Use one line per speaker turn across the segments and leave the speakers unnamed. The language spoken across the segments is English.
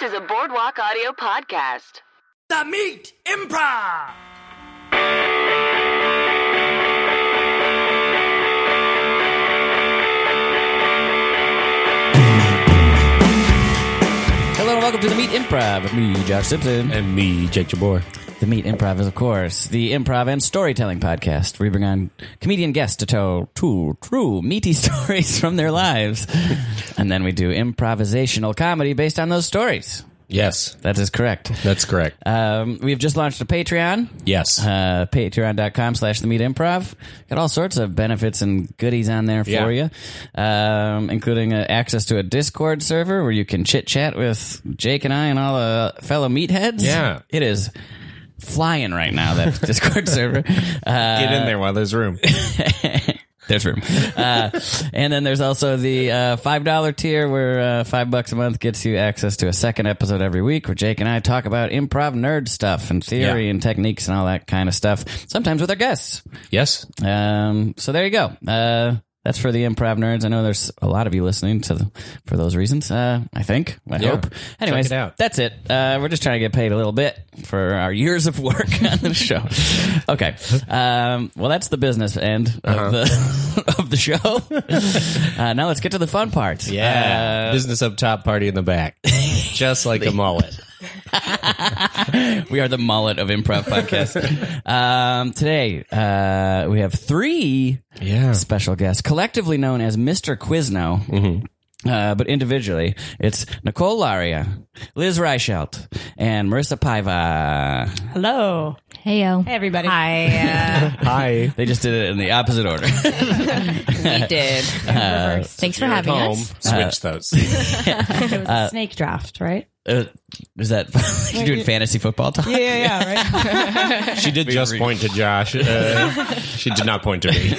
to the Boardwalk Audio Podcast.
The Meat Improv.
Hello and welcome to the Meat Improv. With me, Josh Simpson.
And me, Jake Jabor.
The Meat Improv is, of course, the improv and storytelling podcast where we bring on comedian guests to tell two true meaty stories from their lives. and then we do improvisational comedy based on those stories.
Yes,
That is correct.
that's correct.
Um, we've just launched a Patreon.
yes.
Uh, patreon.com slash the meat improv got all sorts of benefits and goodies on there for
Yeah.
you um, including uh, access to a discord server where you can chit chat with jake and i and all the fellow meatheads
Yeah.
it is flying right now that discord server uh,
Get in there while there's room.
there's room uh, and then there's also the uh, five dollar tier where uh, five bucks a month gets you access to a second episode every week where jake and i talk about improv nerd stuff and theory
Yeah.
and techniques and all that kind of stuff sometimes with our guests
yes.
um, so there you go. Uh, that's for the improv nerds. I know there's a lot of you listening to the, for those reasons. Uh, I think. I
Yeah.
hope. Anyways,
Check it out.
that's it. Uh, we're just trying to get paid a little bit for our years of work on the show. Okay. Um, well, that's the business end of
Uh-huh.
the of the show. uh, now let's get to the fun part.
Yeah. Business up top, party in the back. Just like a mullet.
We are the mullet of improv podcast. um, today uh, we have three
Yeah.
special guests, collectively known as Mr. Quizno.
Mm-hmm.
Uh, but individually, it's Nicole Laria, Liz Reichelt, and Marissa Paiva.
Hello.
Hey yo.
Hey, everybody. Oh. Hi.
Hi.
They just did it in the opposite order.
we did.
Thanks for having
Home. uh,
us.
Switch those.
it was a snake draft, right?
Uh, is that you're doing fantasy football talk?
Yeah, yeah, right.
She did just point to Josh. Uh, she did not point to me.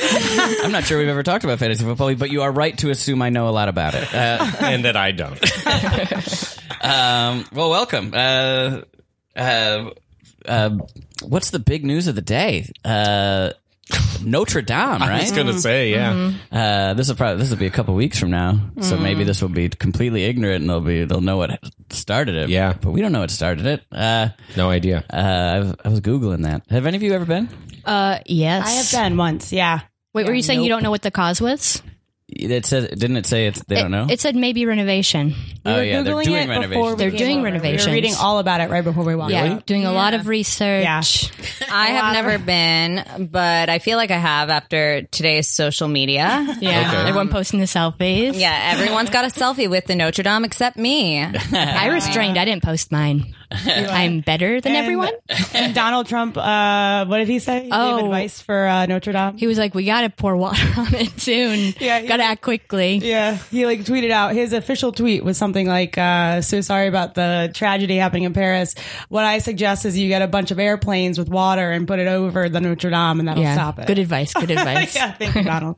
I'm not sure we've ever talked about fantasy football, but you are right to assume I know a lot about it. Uh,
And that I don't.
um, well, welcome. Uh, uh, uh, what's the big news of the day? Uh, Notre Dame,
I
right?
was going to say, yeah.
Uh, this will probably this will be a couple weeks from now, so
Mm-hmm.
maybe this will be completely ignorant, and they'll be they'll know what started it.
Yeah.
but we don't know what started it. Uh,
No idea.
uh, I, was, I was googling that. Have any of you ever been?
Uh yes.
I have been once, yeah.
Wait, were you saying you
Nope.
don't know what the cause was?
It says didn't it say it's they
it,
don't know?
It said maybe renovation.
We
Oh,
were
yeah, they're
Googling
doing
it before
renovations.
we
They're
came
doing
over. We
renovations.
were reading all about it right before we walked
Yeah,
in.
doing a lot of research.
Yeah.
I have never been, but I feel like I have after today's social media.
Yeah. Everyone posting the selfies.
Yeah, everyone's got a selfie with the Notre Dame except me.
I restrained. I didn't post mine. I'm better than
And-
everyone.
And Donald Trump, uh, what did he say? He
Oh.
gave advice for uh, Notre Dame.
He was like, "We gotta pour water on it soon.
Yeah, he-
gotta act quickly."
yeah, he like tweeted out his official tweet was something like, uh, "So sorry about the tragedy happening in Paris. What I suggest is you get a bunch of airplanes with water and put it over the Notre Dame, and that'll
Yeah.
stop it."
Good advice. Good advice.
yeah, thank you, Donald.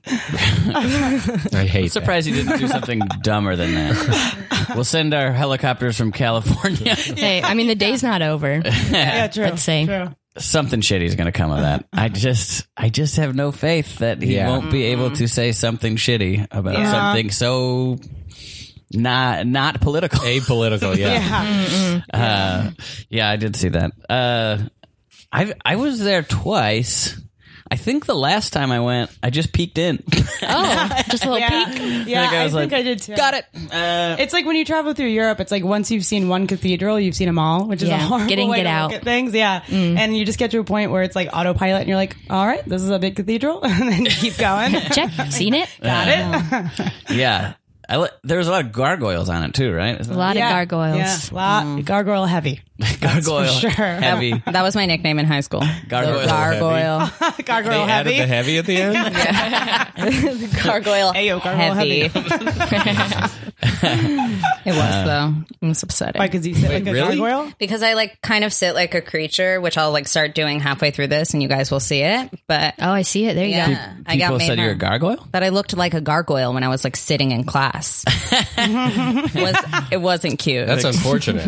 I hate that.
Surprised you didn't do something dumber than that. we'll send our helicopters from California.
Hey, I mean, the day's not over.
yeah, true.
Let's see.
True.
something shitty's going to come of that. I just, I just have no faith that he
Yeah.
won't be able to say something shitty about
Yeah.
something so not not political.
Apolitical, yeah.
Yeah.
Uh, yeah, I did see that. Uh, I I was there twice. I think the last time I went, I just peeked in.
Oh, just a little
Yeah,
peek.
yeah
Like, I
I,
was
think
like,
I did too.
Got it. Uh,
It's like when you travel through Europe, it's like once you've seen one cathedral, you've seen them all, which is a
Yeah.
horrible
Get in,
way
get
to
out.
look at things. Yeah,
Mm.
and you just get to a point where it's like autopilot, and you're like, "All right, this is a big cathedral," and then you keep going.
Check. Seen it. Got
yeah. I, li- there was a lot of gargoyles on it too, right?
A lot
Yeah.
of gargoyles.
Yeah, lot
Mm.
gargoyle heavy.
gargoyle
sure.
heavy.
That was my nickname in high school.
Gargoyle
The gargoyle.
They
gargoyle
added
heavy.
the heavy at the end?
gargoyle.
Ayo, gargoyle heavy.
it was though. It was upsetting.
Why? Because you sit like a
really?
gargoyle.
Uh, because I like kind of sit like a creature, which I'll like start doing halfway through this and you guys will see it. But
Oh, I see it. There you go.
yeah, I got
People
made
said you're a
mad.
gargoyle.
that I looked like a gargoyle when I was like sitting in class. was it wasn't cute.
That's unfortunate.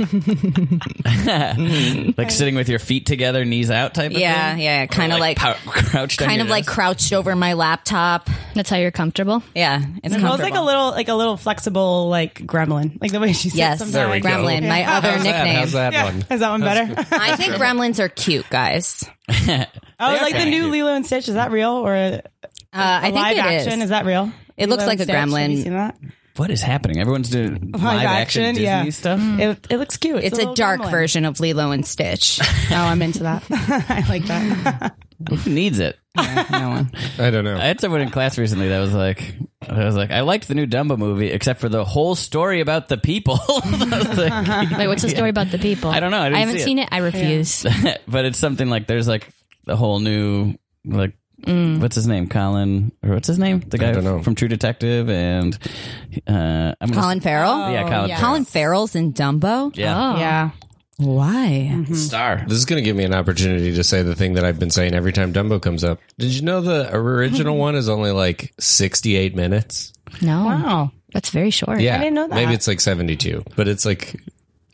like sitting with your feet together, knees out type of
yeah,
thing.
yeah, kind
Or
of like,
pow- crouched on
kind
your
of like
desk?
crouched over my laptop.
That's how you're comfortable.
Yeah, it's
Well, it's
comfortable.
like a little, like a little flexible, like gremlin, like the way she said
Yes,
sometimes.
There we go.
Gremlin, my other
How's that?
nickname.
How's that
Yeah.
one?
Is that one better?
I think gremlins are cute, guys.
oh, like the
kinda
new
cute.
Lilo and Stitch. Is that real or a,
Uh, I think
live
it is.
action? Is that real?
It looks like
and
a
Stitch, have you
gremlin.
seen that?
What is happening? Everyone's doing live, action, Disney
yeah. Mm.
stuff.
Mm.
It, it looks cute.
It's a
little
dark
gremlin.
version of Lilo and Stitch.
Oh, I'm into that. I like that.
Who needs it? no one.
I don't know.
I had someone in class recently that was like, I was like, I liked the new Dumbo movie except for the whole story about the people. I was like,
Wait, what's the story about the people?
I don't know. I didn't
haven't
see it.
seen it. I refuse.
but it's something like there's like a whole new like
Mm.
what's his name Colin or what's his name the guy
don't know.
from True Detective and uh, I'm gonna
Colin Farrell?
yeah Colin Farrell.
Colin Farrell's in Dumbo?
yeah
Oh.
Oh, Yeah. Mm-hmm.
Why?
star
This is going to give me an opportunity to say the thing that I've been saying every time Dumbo comes up. Did you know the original one is only like 68 minutes?
No,
Wow.
that's very short.
Yeah.
didn't know that.
Maybe it's like 72, but it's like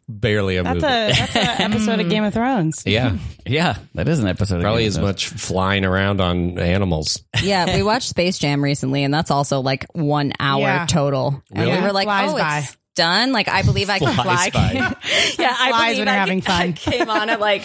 barely a
That's
movie.
a that's an episode of Game of Thrones.
yeah.
yeah that is an episode
Probably
of
as
Game of Thrones.
much flying around on animals.
yeah, we watched Space Jam recently, and that's also like one hour
Yeah.
total. And
Really?
we were like,
Flies
oh,
by.
it's done. Like, I believe I can fly.
Flies by.
yeah,
Flies
I believe
when you're
I
having
can-
fun.
I came on at like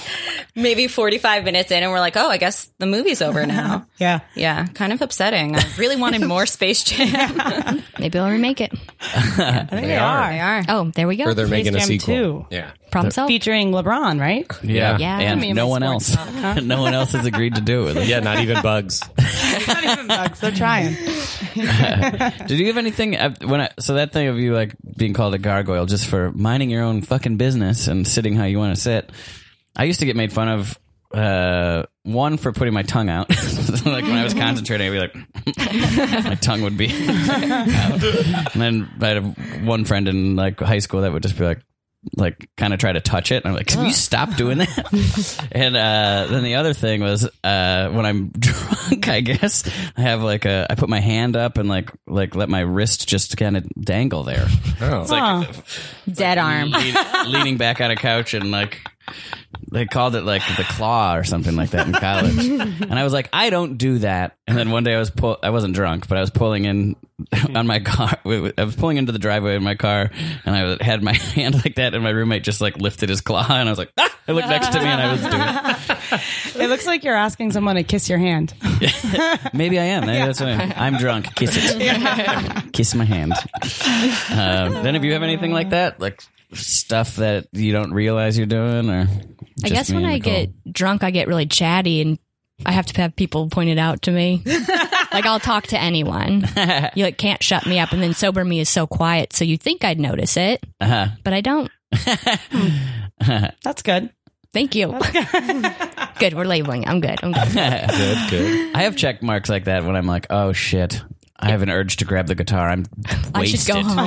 maybe 45 minutes in, and we're like, oh, I guess the movie's over now.
Yeah.
yeah, kind of upsetting. I really wanted more Space Jam.
Maybe I'll remake it.
I think they,
are.
are.
They are.
Oh, there we go.
Or they're making a
Jam
sequel.
2.
Yeah.
Problem solved.
Featuring LeBron, right?
Yeah.
Yeah.
and
I mean,
no
my
one else
sports
no one else has agreed to do it with us.
Yeah, not even bugs.
Not even bugs. They're trying.
Did you have anything uh, when I so that thing of you like being called a gargoyle just for minding your own fucking business and sitting how you want to sit? I used to get made fun of uh one for putting my tongue out. like when I was concentrating, I'd be like my tongue would be out. And then I had a- one friend in like high school that would just be like like kind of try to touch it and I'm like can you stop doing that and uh then the other thing was uh when I'm drunk I guess I have like a I put my hand up and like like let my wrist just kind of dangle there
Oh.
Huh.
Dead arm.
lean, leaning back on a couch and like they called it like the claw or something like that in college and i was like i don't do that and then one day i was pull i wasn't drunk but i was pulling in on my car i was pulling into the driveway in my car and i had my hand like that and my roommate just like lifted his claw and i was like ah! i looked next to me and i was doing
It looks like you're asking someone to kiss your hand.
it. maybe i am maybe that's what i am i'm drunk kiss it kiss my hand um, then if you have anything like that like stuff that you don't realize you're doing or
I
just
guess
me
when
and
I
Nicole?
get drunk, I get really chatty and I have to have people point it out to me. like I'll talk to anyone. You like can't shut me up, and then sober me is so quiet, so you think I'd notice it, but I don't.
That's good.
Thank you. good, we're labeling. I'm good. I'm good.
Good, good.
I have check marks like that when I'm like, oh shit, I have an urge to grab the guitar. I'm wasted.
I should go home.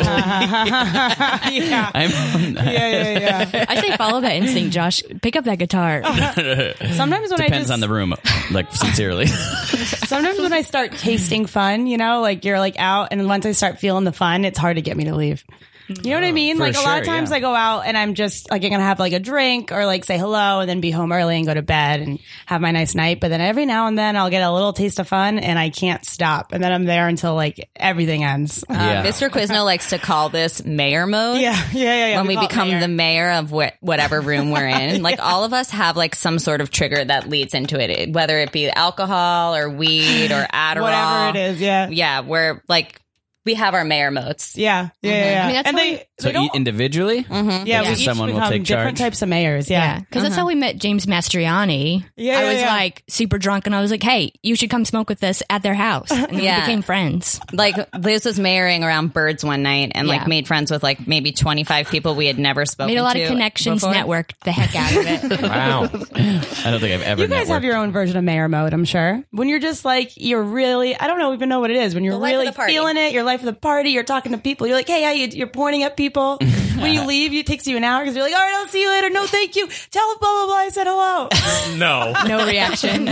Yeah.
I'm,
Yeah, yeah, yeah.
I say follow that instinct, Josh. Pick up that guitar.
Oh Sometimes when I
depends
just,
on the room, like sincerely.
Uh,
sometimes when I start tasting fun, you know, like you're like out, and once I start feeling the fun, it's hard to get me to leave. You know what I mean?
for
Like a lot of
sure,
times
yeah.
I go out and I'm just like I'm gonna have like a drink or like say hello and then be home early and go to bed and have my nice night. But then every now and then I'll get a little taste of fun and I can't stop. And then I'm there until like everything ends.
Um,
Yeah.
Mr. Quizno likes to call this mayor mode.
yeah, yeah, yeah, yeah.
When we
call it
become
mayor.
the mayor of wh- whatever room we're in, like all of us have like some sort of trigger that leads into it, it, whether it be alcohol or weed or Adderall,
whatever it is, yeah. Yeah,
Yeah, we're like we have our mayor modes.
yeah, yeah. yeah,
I mean, that's
and
why-
they,
so
they don't,
eat individually.
yeah, we
Just
each
someone will
become
take
different
charge.
types of mayors. Yeah,
Because that's how we met James Mastriani.
Uh-huh. Yeah,
I
yeah,
was
yeah.
like super drunk, and I was like, "Hey, you should come smoke with us at their house." And then
Yeah.
we became friends.
Like Liz was mayoring around birds one night and
Yeah.
like made friends with like maybe twenty five people we had never spoken.
Made a lot
to
of connections,
before.
networked the heck out of it.
Wow.
I don't think I've ever.
You guys have
networked.
your own version of mayor mode, I'm sure. When you're just like, you're really, I don't know, even know what it is. When you're
The life of
really
the party.
feeling it, your life of the party, you're talking to people, you're like, hey, how you, you're pointing at people. when you leave, it takes you an hour because you're like, all right, I'll see you later. No, thank you. Tell blah, blah, blah, I said hello.
No,
No reaction.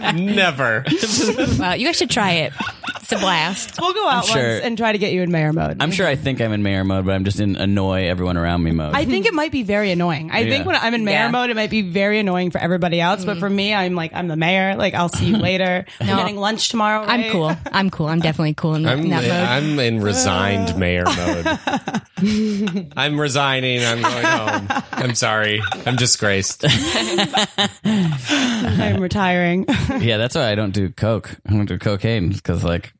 never.
Wow, you guys should try it. It's a blast.
we'll go out once
sure.
and try to get you in mayor mode.
I'm sure I think I'm in mayor mode, but I'm just in annoy everyone around me mode.
I think it might be very annoying. I think when I'm in mayor
Yeah. Mm.
mode, it might be very annoying for everybody else. But for me, I'm like, I'm the mayor. Like, I'll see you later. I'm getting lunch tomorrow.
I'm
right?
cool. I'm cool. I'm definitely cool in,
I'm
in that mode.
Uh.
I'm in resigned mayor mode. I'm resigning. I'm going home. I'm sorry. I'm disgraced.
I'm retiring.
Yeah, that's why I don't do coke. I don't do cocaine because like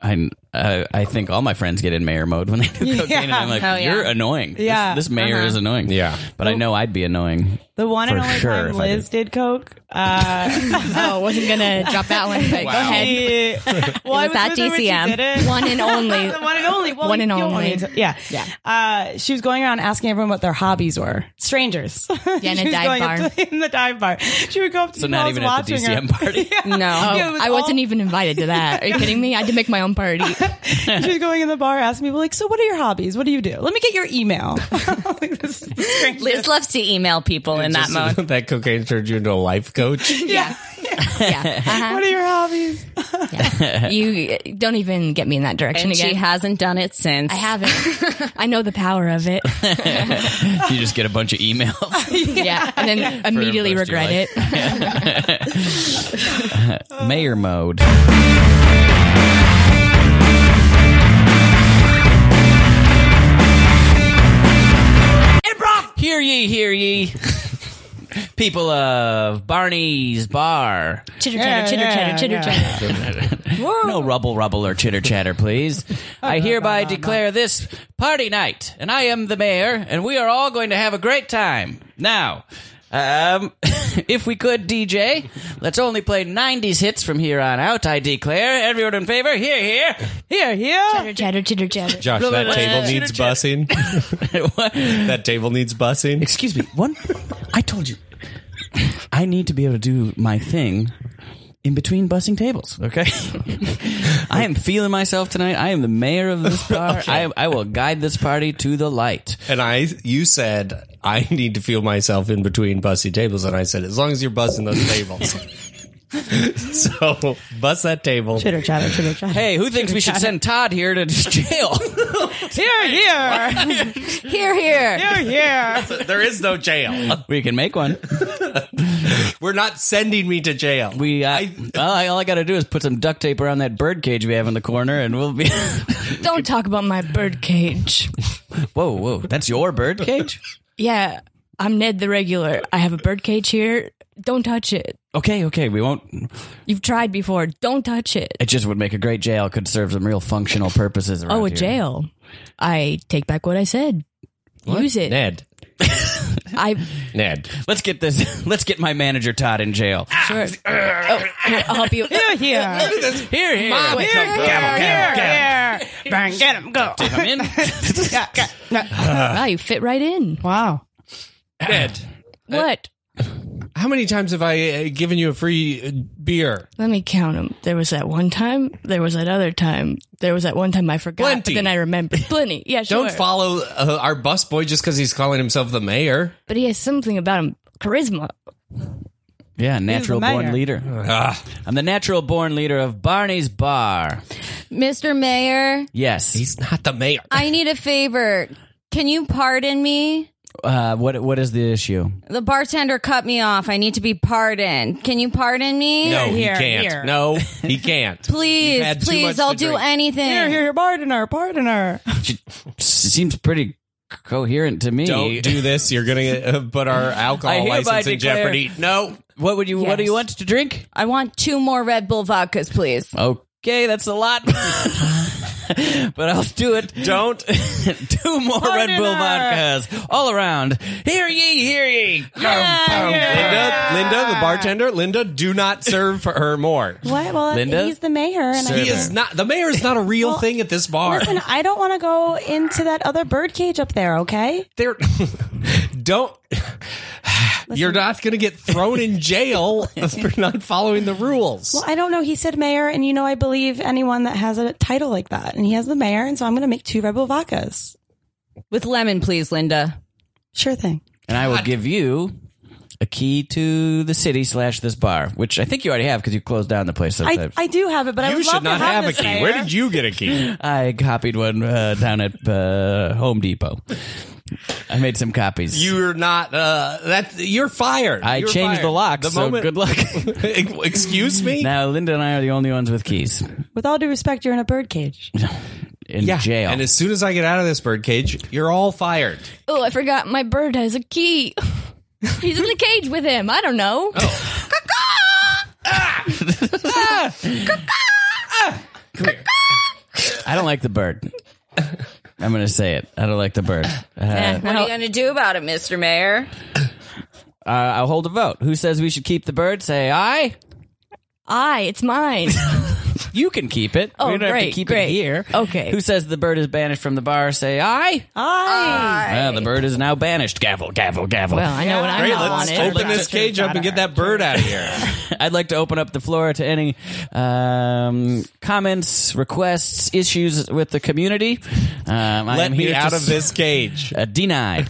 I, I I think all my friends get in mayor mode when they do cocaine, and I'm like,
Oh, yeah.
you're annoying. This-
Yeah.
this, mayor is annoying.
Yeah.
but I know I'd be annoying.
The one and
For
only
sure,
time
if I
Liz did coke. Uh,
Oh, wasn't gonna drop that one, but go ahead.
she- well, I
was at
with her when she
DCM.
did it.
One and only.
the one and only. Well,
One and
you don't
only.
need to- yeah.
Yeah.
Uh, she was going around asking everyone what their hobbies were. Strangers.
Yeah, in
She
a
was
dive
going up
bar.
to- in the dive bar. She would go up to
So
people
not
I was
even at the
watching her.
DCM party?
Yeah.
No.
Yeah, it was
Oh, I wasn't
all-
even invited to that. Are you kidding me? I had to make my own party.
She was going in the bar asking people, like, so what are your hobbies? What do you do? Let me get your email. like, this is the strangest-
Liz loves to email people in that
Just-
mode.
that cocaine turned you into a life coach.
Yeah.
Yeah.
What are your hobbies?
You don't even get me in that direction
And
again.
she hasn't done it since.
I haven't. I know the power of it.
You just get a bunch of emails.
Yeah. And then immediately
most of your
regret it.
mayor mode.
Improv!
Hear ye, hear ye. People of Barney's Bar.
Chitter chatter, chitter chatter, chitter chatter.
No rubble, rubble, or chitter chatter, please. I hereby declare this party night, and I am the mayor, and we are all going to have a great time. Now, um, if we could, DJ, let's only play 90s hits from here on out, I declare. Everyone in favor? Here, here.
Here, here.
Chitter chatter, chitter chatter.
Josh, that table needs busing.
What?
that table needs busing.
Excuse me. One, I told you, I need to be able to do my thing in between bussing tables. Okay, I am feeling myself tonight. I am the mayor of this bar. I, am- I will guide this party to the light.
And I, you said I need to feel myself in between bussy tables, and I said as long as you're bussing those tables. so bust that table.
Chitter chatter, chitter chatter.
Hey, who thinks we should send Todd here to jail?
Here, here.
Here, here.
Here, here.
There is no jail.
we can make one.
We're not sending me to jail.
We uh, well, I, all I got to do is put some duct tape around that bird cage we have in the corner, and we'll be.
Don't talk about my bird cage.
whoa, whoa, that's your bird cage.
Yeah. I'm Ned the regular. I have a bird cage here. Don't touch it.
Okay, okay, we won't
You've tried before. Don't touch it.
It just would make a great jail. Could serve some real functional purposes. Around
Oh, a
here.
jail. I take back what I said. Use it.
Ned.
I
Ned.
Let's get this. Let's get my manager Todd in jail.
sure. Oh, here, I'll help you.
Here, here.
Here, here. Mom,
here, here,
Here, here. Bang, get him, go.
Come in.
Yeah, get- no.
Wow, you fit right in.
Wow.
Ned.
What?
Ah. How many times have I uh, given you a free uh, beer?
Let me count them. There was that one time. There was that other time. There was that one time I forgot.
Plenty.
But then I remembered. Plenty. Yeah, sure.
Don't follow uh, our busboy just because he's calling himself the mayor.
But he has something about him. Charisma.
Yeah, natural born
mayor.
leader.
Ah.
I'm the natural born leader of Barney's Bar.
Mr. Mayor,
Yes.
He's not the mayor.
I need a favor. Can you pardon me?
Uh, what What is the issue?
The bartender cut me off. I need to be pardoned. Can you pardon me?
no,
Here,
he can't.
here.
No, he can't. You've
Please,
had too much
please,
to
I'll do
drink.
anything.
Here, here, pardoner, pardoner.
She, she seems pretty coherent to me.
Don't do this. You're going to uh, put our
I
alcohol
hereby
license in
declare-
jeopardy. No.
What would you What do
Yes.
you want to drink?
I want two more Red Bull vodkas, please.
Okay, that's a lot. But I'll do it. Don't. Two more Red Bull vodkas all around. Hear ye, hear ye.
Linda, Linda, the bartender, Linda, do not serve for her more.
What? Well,
Linda?
he's the mayor, and
He is not the mayor is not a real thing at this bar.
I, listen, I don't want to go into that other bird cage up there. Okay,
They're don't You're not going to get thrown in jail for not following the rules.
I don't know. He said mayor, and you know I believe anyone that has a title like that, and he has the mayor, and so I'm going to make two Rebel vodkas.
With lemon, please, Linda.
Sure thing.
And I will give you a key to the city slash this bar, which I think you already have because you closed down the place.
I,
sometimes.
I do have it, but I
You
would
should
love
not
to have,
have a
this
key.
Mayor.
Where did you get a key?
I copied one uh, down at uh, Home Depot. I made some copies.
You're not. Uh, that you're fired.
I
You're
changed
fired.
the lock, so good luck.
Excuse me.
now Linda and I are the only ones with keys.
With all due respect, you're in a bird cage.
in jail.
And as soon as I get out of this birdcage, you're all fired.
Oh, I forgot my bird has a key. He's in the cage with him. I don't know.
I don't like the bird. I'm going to say it. I don't like the bird. Uh,
Eh,
What are you going to do about it, Mr. Mayor?
uh, I'll hold a vote. Who says we should keep the bird? Say aye.
I, it's mine.
You can keep it. we
Oh,
don't have to
great,
keep
great.
it here.
Okay.
Who says the bird is banished from the bar? Say aye.
Aye.
Well, the bird is now banished. Gavel, gavel, gavel.
Well, I know what I'm
Great,
not
let's
wanted.
open this cage up and get that bird out of here.
I'd like to open up the floor to any um, comments, requests, issues with the community. Um, I
Let
am
me
here to
out of
s-
this cage.
Uh, denied.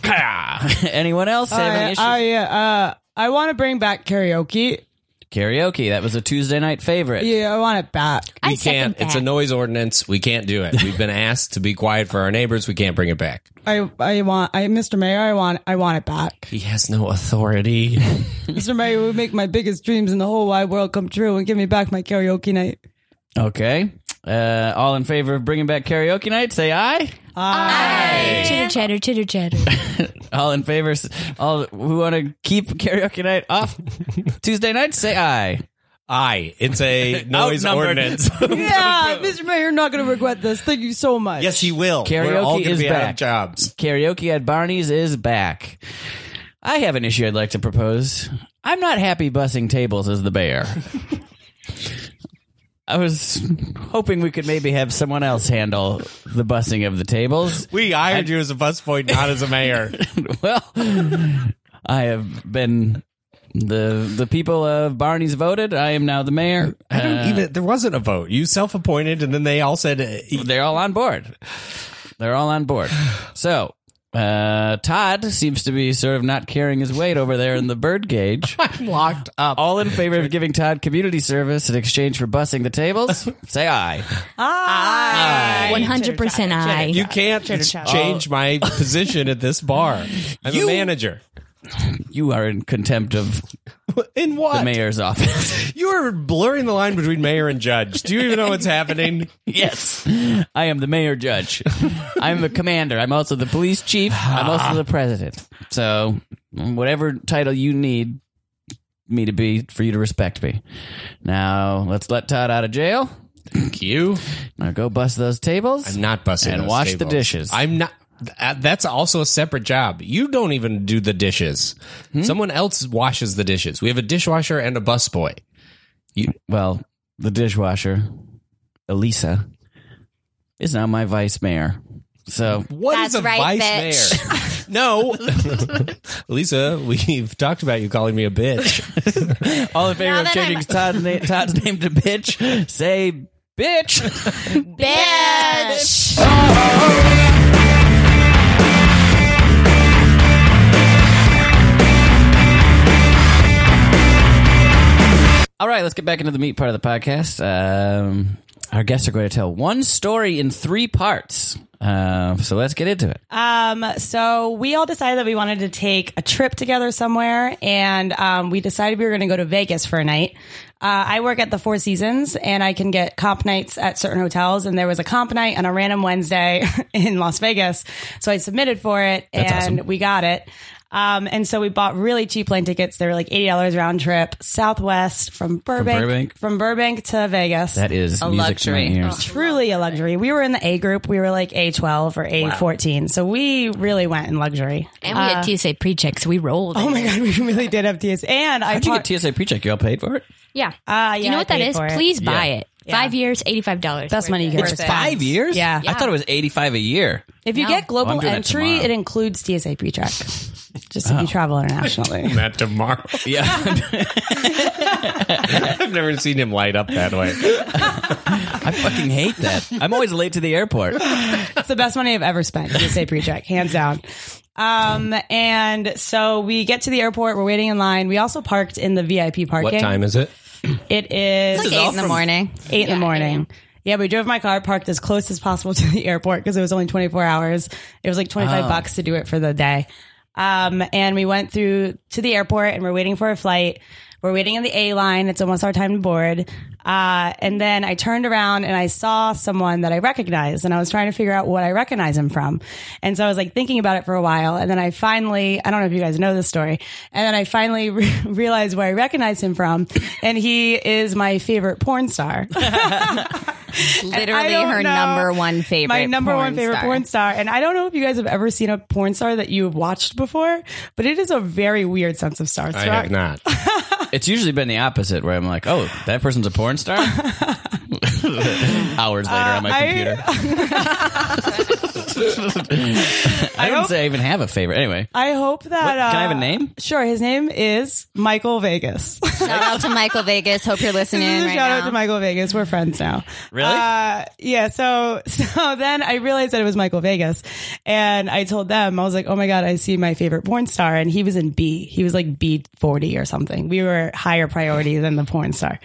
Anyone else have any
I,
issues?
I, uh, I want to bring back karaoke.
Karaoke. That was a Tuesday night favorite.
Yeah, I want it back.
I
We
second
can't. It's a
that.
noise ordinance. We can't do it. We've been asked to be quiet for our neighbors. We can't bring it back.
I, I want, I, Mr. Mayor, I want, I want it back.
He has no authority.
Mr. Mayor would make my biggest dreams in the whole wide world come true and give me back my karaoke night.
Okay. Uh, all in favor of bringing back karaoke night? Say aye.
Chitter chatter, chitter chatter.
All in favor? s- All who want to keep karaoke night off Tuesday night? Say aye.
Aye. It's a noise
Outnumbered.
ordinance.
Yeah, Mr. Mayor, you're not going to regret this. Thank you so much.
yes, he will. We're
Karaoke
all gonna
is
be out
back.
of jobs.
Karaoke at Barney's is back. I have an issue I'd like to propose. I'm not happy bussing tables as the mayor. I was hoping we could maybe have someone else handle the bussing of the tables.
We hired you as a busboy, not as a mayor.
well, I have been the the people of Barney's voted. I am now the mayor.
I don't
Uh,
even. There wasn't a vote. You self-appointed, and then they all said, uh,
they're all on board. They're all on board. So uh, Todd seems to be sort of not carrying his weight over there in the bird cage.
"Locked up."
All in favor of giving Todd community service in exchange for bussing the tables? Say aye.
One hundred percent
You
I.
can't change my position at this bar. I'm a manager.
You are in contempt of
In
the
what?
mayor's office.
You are blurring the line between mayor and judge. Do you even know what's happening?
yes. I am the mayor judge. I'm the commander. I'm also the police chief. I'm also the president. So, whatever title you need me to be for you to respect me. Now, let's let Todd out of jail.
You?
Now go bust those tables.
I'm not busting
And
those
wash the
tables.
dishes.
I'm not. uh, That's also a separate job. You don't even do the dishes.
Hmm?
Someone else washes the dishes. We have a dishwasher and a busboy.
well, the dishwasher, Elisa, is now my vice mayor. So
What is
That's
a
right,
vice mayor? no, Lisa, we've talked about you calling me a bitch.
all in favor
Now
of
that
changing
I'm-
Todd's, na- Todd's name to bitch, say bitch.
Bitch.
All right, let's get back into the meat part of the podcast. Um, our guests are going to tell one story in three parts. Uh, so let's get into it.
Um, so we all decided that we wanted to take a trip together somewhere, and um, we decided we were going to go to Vegas for a night. Uh, I work at the Four Seasons, and I can get comp nights at certain hotels. And there was a comp night on a random Wednesday in Las Vegas, so I submitted for it, and we got it. Um, and so we bought really cheap plane tickets. They were like eighty dollars round trip, Southwest from Burbank,
Burbank?
from Burbank to Vegas
That is
A
music to my
luxury.
ears.
truly a luxury. We were in the A group. We were like A12 or A14. So we really went in luxury.
And we had TSA pre-checks. We rolled.
Uh, Oh my God, we really did have TSA. And I
How'd you
bought,
get TSA pre-check? You all paid for it?
Yeah.
Ah,
Do
yeah,
you know
I
what that
paid
is?
for it.
Please buy it. Five years, eighty-five dollars.
Best money you can
Worth it.
Five years?
Yeah.
I thought it was eighty-five a year.
if you get global
I'm doing that
entry,
tomorrow.
it Oh. includes TSA pre-check. Just if you travel internationally.
That tomorrow.
Yeah.
I've never seen him light up that way.
I fucking hate that. I'm always late to the airport.
It's the best money I've ever spent. TSA pre-check, hands down. Um, and so we get to the airport. We're waiting in line. We also parked in the VIP parking.
What time is it?
It is
Like eight in the morning.
eight in the morning. Yeah, we drove my car, parked as close as possible to the airport because it was only 24 hours. It was like 25 bucks to do it for the day. Um, and we went through to the airport and we're waiting for a flight. We're waiting in the A line. It's almost our time to board. Uh, and then I turned around and I saw someone that I recognized, and I was trying to figure out what I recognize him from. And so I was like thinking about it for a while, and then I finally, I don't know if you guys know this story, and then I finally re- realized where I recognized him from, and he is my favorite porn star.
Literally
don't
her
know.
number one favorite.
my number
porn
one favorite
star.
porn star. And I don't know if you guys have ever seen a porn star that you've watched before, but it is a very weird sense of
I
starstruck.
have not.
It's usually been the opposite, where I'm like, "Oh, that person's a porn star." Hours later on my
I-
computer. I wouldn't
hope-
say I even have a favorite. Anyway,
I hope that.
What- can I have a
uh,
name?
Sure. His name is Michael Vegas.
Shout out to Michael Vegas. Hope you're listening
Shout
right
out
now.
to Michael Vegas. We're friends now.
Really?
Uh, yeah. So so then I realized that it was Michael Vegas, and I told them I was like, "Oh my god, I see my favorite porn star," and he was in B. He was like B forty or something. We were higher priority than the porn star.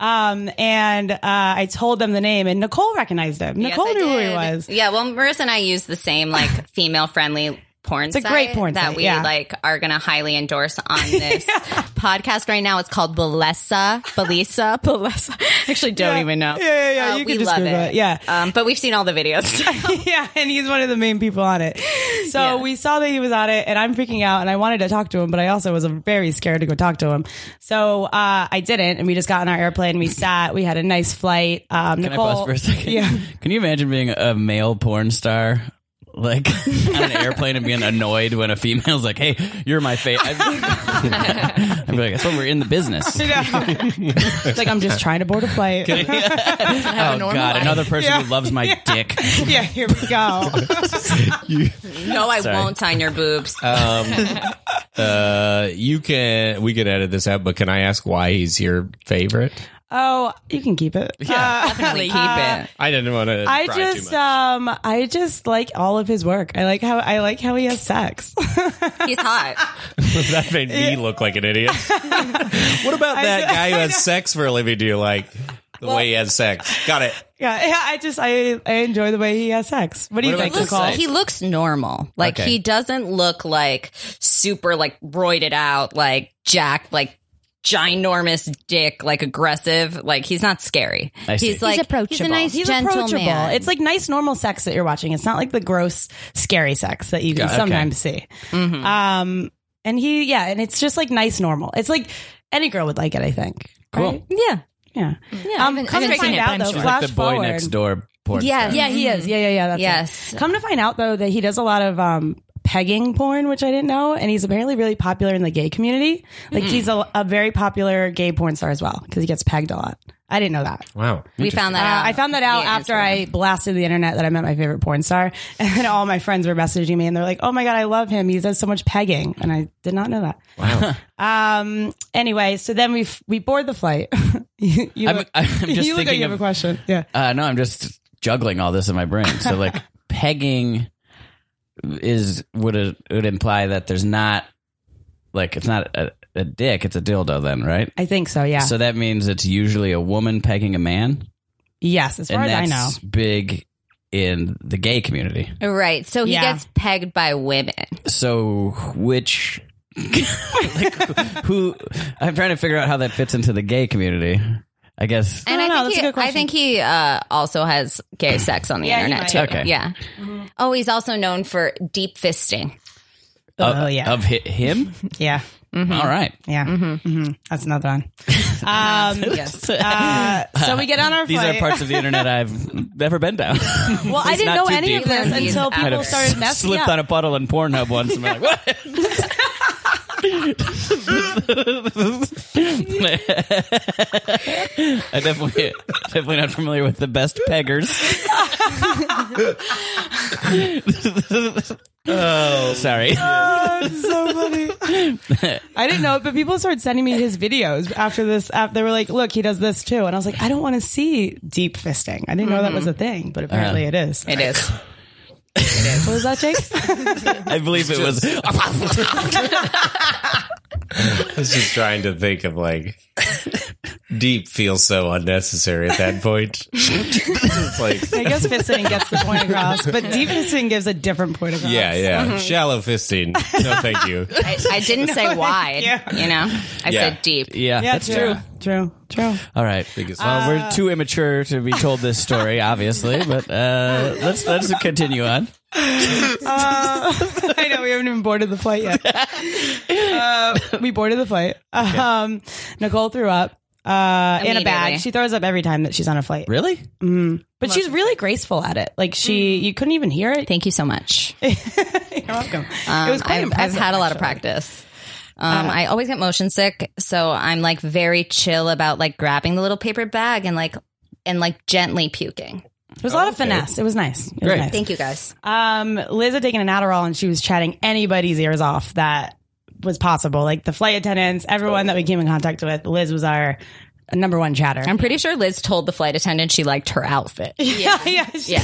Um, and uh, I told them the name, and Nicole recognized him.
Yes,
Nicole
I
knew who he
did.
was.
Yeah, well, Marissa and I use the same like female friendly porn. It's
a great porn
that
site,
we
yeah.
like are going to highly endorse on this podcast right now. It's called Belessa, Belissa, Belessa. Actually, don't even know.
Yeah, yeah, yeah.
Uh,
you
we
can just
love
Google it. Yeah.
um, but we've seen all the videos.
yeah, and he's one of the main people on it. So
Yeah.
we saw that he was on it, and I'm freaking out, and I wanted to talk to him, but I also was uh, very scared to go talk to him. So uh, I didn't, and we just got in our airplane, we sat, we had a nice flight. Um,
can
Nicole,
I pause for a second?
Yeah.
Can you imagine being a male porn star? Like on an airplane and being annoyed when a female's like, "Hey, you're my favorite." I'd be like, "That's why we're in the business."
I know. It's like I'm just trying to board a flight.
Oh God, another person who
Yeah.
loves my dick.
yeah, here we go.
no, I won't sign your boobs.
Uh, you can. We can edit this out, but can I ask why he's your favorite?
oh, you can keep it. Yeah,
Definitely keep it.
I didn't want to.
I just, um, I just like all of his work. I like how I like how he has sex.
He's hot.
that made me look like an idiot. what about that guy who has sex for a living? Do you like the way he has sex? Got it.
yeah, yeah, I just I, I enjoy the way he has sex. What do you
What
think,
about the
Nicole?
sex?
He looks normal. Like
Okay.
he doesn't look like super like roided out, like Jack, like ginormous dick, like aggressive. Like he's not scary.
I see.
He's like
approachable.
He's a nice gentle man.
It's like nice, normal sex that you're watching. It's not like the gross, scary sex that you can
Yeah, okay.
sometimes see.
Mm-hmm.
Um, and he, yeah, and it's just like nice, normal. It's like any girl would like it, I think.
Cool.
Right?
yeah.
Yeah.
I
um,
haven't-
come
I
to
haven't
find
seen it, but
out though,
I'm sure.
flash
the boy
forward.
next door porn
Yes.
star.
Yeah, he is. Yeah, yeah, yeah. That's it.
Yes.
Come to find out though that he does a lot of um, pegging porn, which I didn't know, and he's apparently really popular in the gay community. Like he's a, a very popular gay porn star as well because he gets pegged a lot. I didn't know that.
Wow.
We found that
Uh,
out.
I found that out
Yeah,
after I blasted the internet that I met my favorite porn star, and then all my friends were messaging me, and they're like, "Oh my god, I love him! He does so much pegging," and I did not know that.
Wow.
Um. Anyway, so then we f- we board the flight. you, you
I'm-
look,
I'm just
you look like
thinking
you have
of-
a question. Yeah.
Uh, no, I'm just juggling all this in my brain. So like pegging is would it would imply that there's not like it's not a, a dick, it's a dildo then, right?
I think so. Yeah.
So that means it's usually a woman pegging a man,
yes, as far
and
as I
that's
know.
big in the gay community.
Right. So he
Yeah.
gets pegged by women.
So which like who I'm trying to figure out how that fits into the gay community. I guess
And I,
don't know.
think
That's a
he,
good question.
I think he uh, also has gay sex on the
Yeah, he
internet
might. Mm-hmm.
too.
Okay.
Yeah. Oh, he's also known for deep fisting.
oh
of,
yeah. Mm-hmm.
of hi- him.
yeah.
All right.
Yeah.
Mm-hmm.
hmm That's another one. Um.
Yes.
uh, so we get on our
These
flight.
are parts of the internet I've never been down.
well, I didn't
not
know
too
any
deep.
of this
He's
until
out
people
of-
started messing
slipped
up.
on a puddle in Pornhub once. And I'm like, what? I definitely, definitely not familiar with the best peggers. oh, sorry.
That's so funny. I didn't know it, but people started sending me his videos after this. After they were like, "Look, he does this too," and I was like, "I don't want to see deep fisting. I didn't know that was a thing, but apparently it is."
It is.
What was that, Jake?
I believe it was.
I was just trying to think of like deep feels so unnecessary at that point. it's like,
I guess fisting gets the point across, but deep fisting gives a different point across.
yeah, yeah. Shallow fisting. No, thank you.
I, I didn't say wide. You know,
Yeah.
I said deep.
Yeah,
Yeah,
that's
true. Uh,
true.
True. True.
All right.
Biggest-
Well, we're too immature to be told this story, obviously, but uh, let's let's continue on.
I know we haven't even boarded the flight yet. Uh, we boarded the flight. Um, Nicole threw up uh, in a
Immediately.
bag. She throws up every time that she's on a flight,
Really?
but she's really graceful at it. Like she, you couldn't even hear it.
Thank you so much. Um,
You're welcome. it was quite
I've,
impressive.
I've had a lot of
actually. Uh-huh.
practice. Um, I always get motion sick, so I'm like very chill about like grabbing the little paper bag and like and like gently puking.
It was a lot of finesse. It was nice. It
Oh, Great.
was nice.
Thank you guys.
Um, Liz had taken an Adderall and she was chatting anybody's ears off that was possible. Like the flight attendants, everyone that we came in contact with. Liz was our number one chatter.
I'm pretty sure Liz told the flight attendant she liked her outfit.
yeah, yeah, she-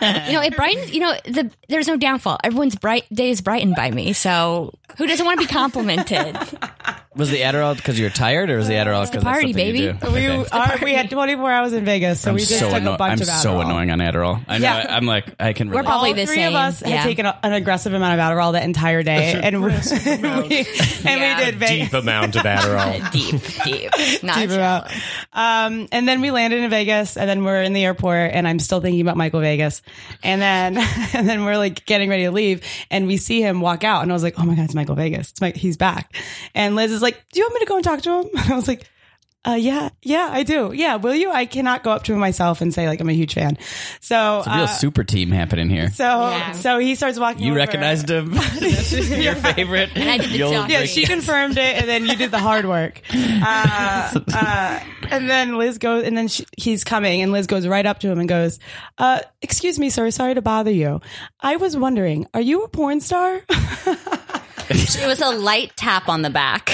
You know, it brightened. You know, the there's no downfall. Everyone's bright day is brightened by me. So who doesn't want to be complimented?
Was the Adderall because you're tired, or was the Adderall because that's
party,
something you
baby.
do?
We,
Okay.
our, we had 24 hours in Vegas, so
I'm
we just
so
took
anno-
a bunch
I'm
of Adderall.
so annoying on Adderall. I know.
Yeah.
I, am like I can.
We're
relate.
All
Probably the
three of
same,
us had
yeah.
taken a- an aggressive amount of Adderall that entire day, and we, and we, and we did Vegas.
Deep amount of Adderall.
deep, deep, not
Deep amount. Um, and then we landed in Vegas, and then we're in the airport, and I'm still thinking about Michael Vegas. And then, and then we're like getting ready to leave, and we see him walk out, and I was like, "Oh my god, it's Michael Vegas! It's Mike. He's back!" And Liz is like, "Do you want me to go and talk to him?" And I was like. Uh, yeah, yeah, I do. Yeah, will you? I cannot go up to him myself and say like I'm a huge fan. So,
a real
uh,
super team happening here.
so, so he starts walking.
You
over.
recognized him. That's your favorite. And
I did the job.
Yeah, she confirmed it, and then you did the hard work. Uh, uh, and then Liz goes, and then she, he's coming, and Liz goes right up to him and goes, uh, "Excuse me, sir. Sorry to bother you. I was wondering, are you a porn star?"
It was a light tap on the back.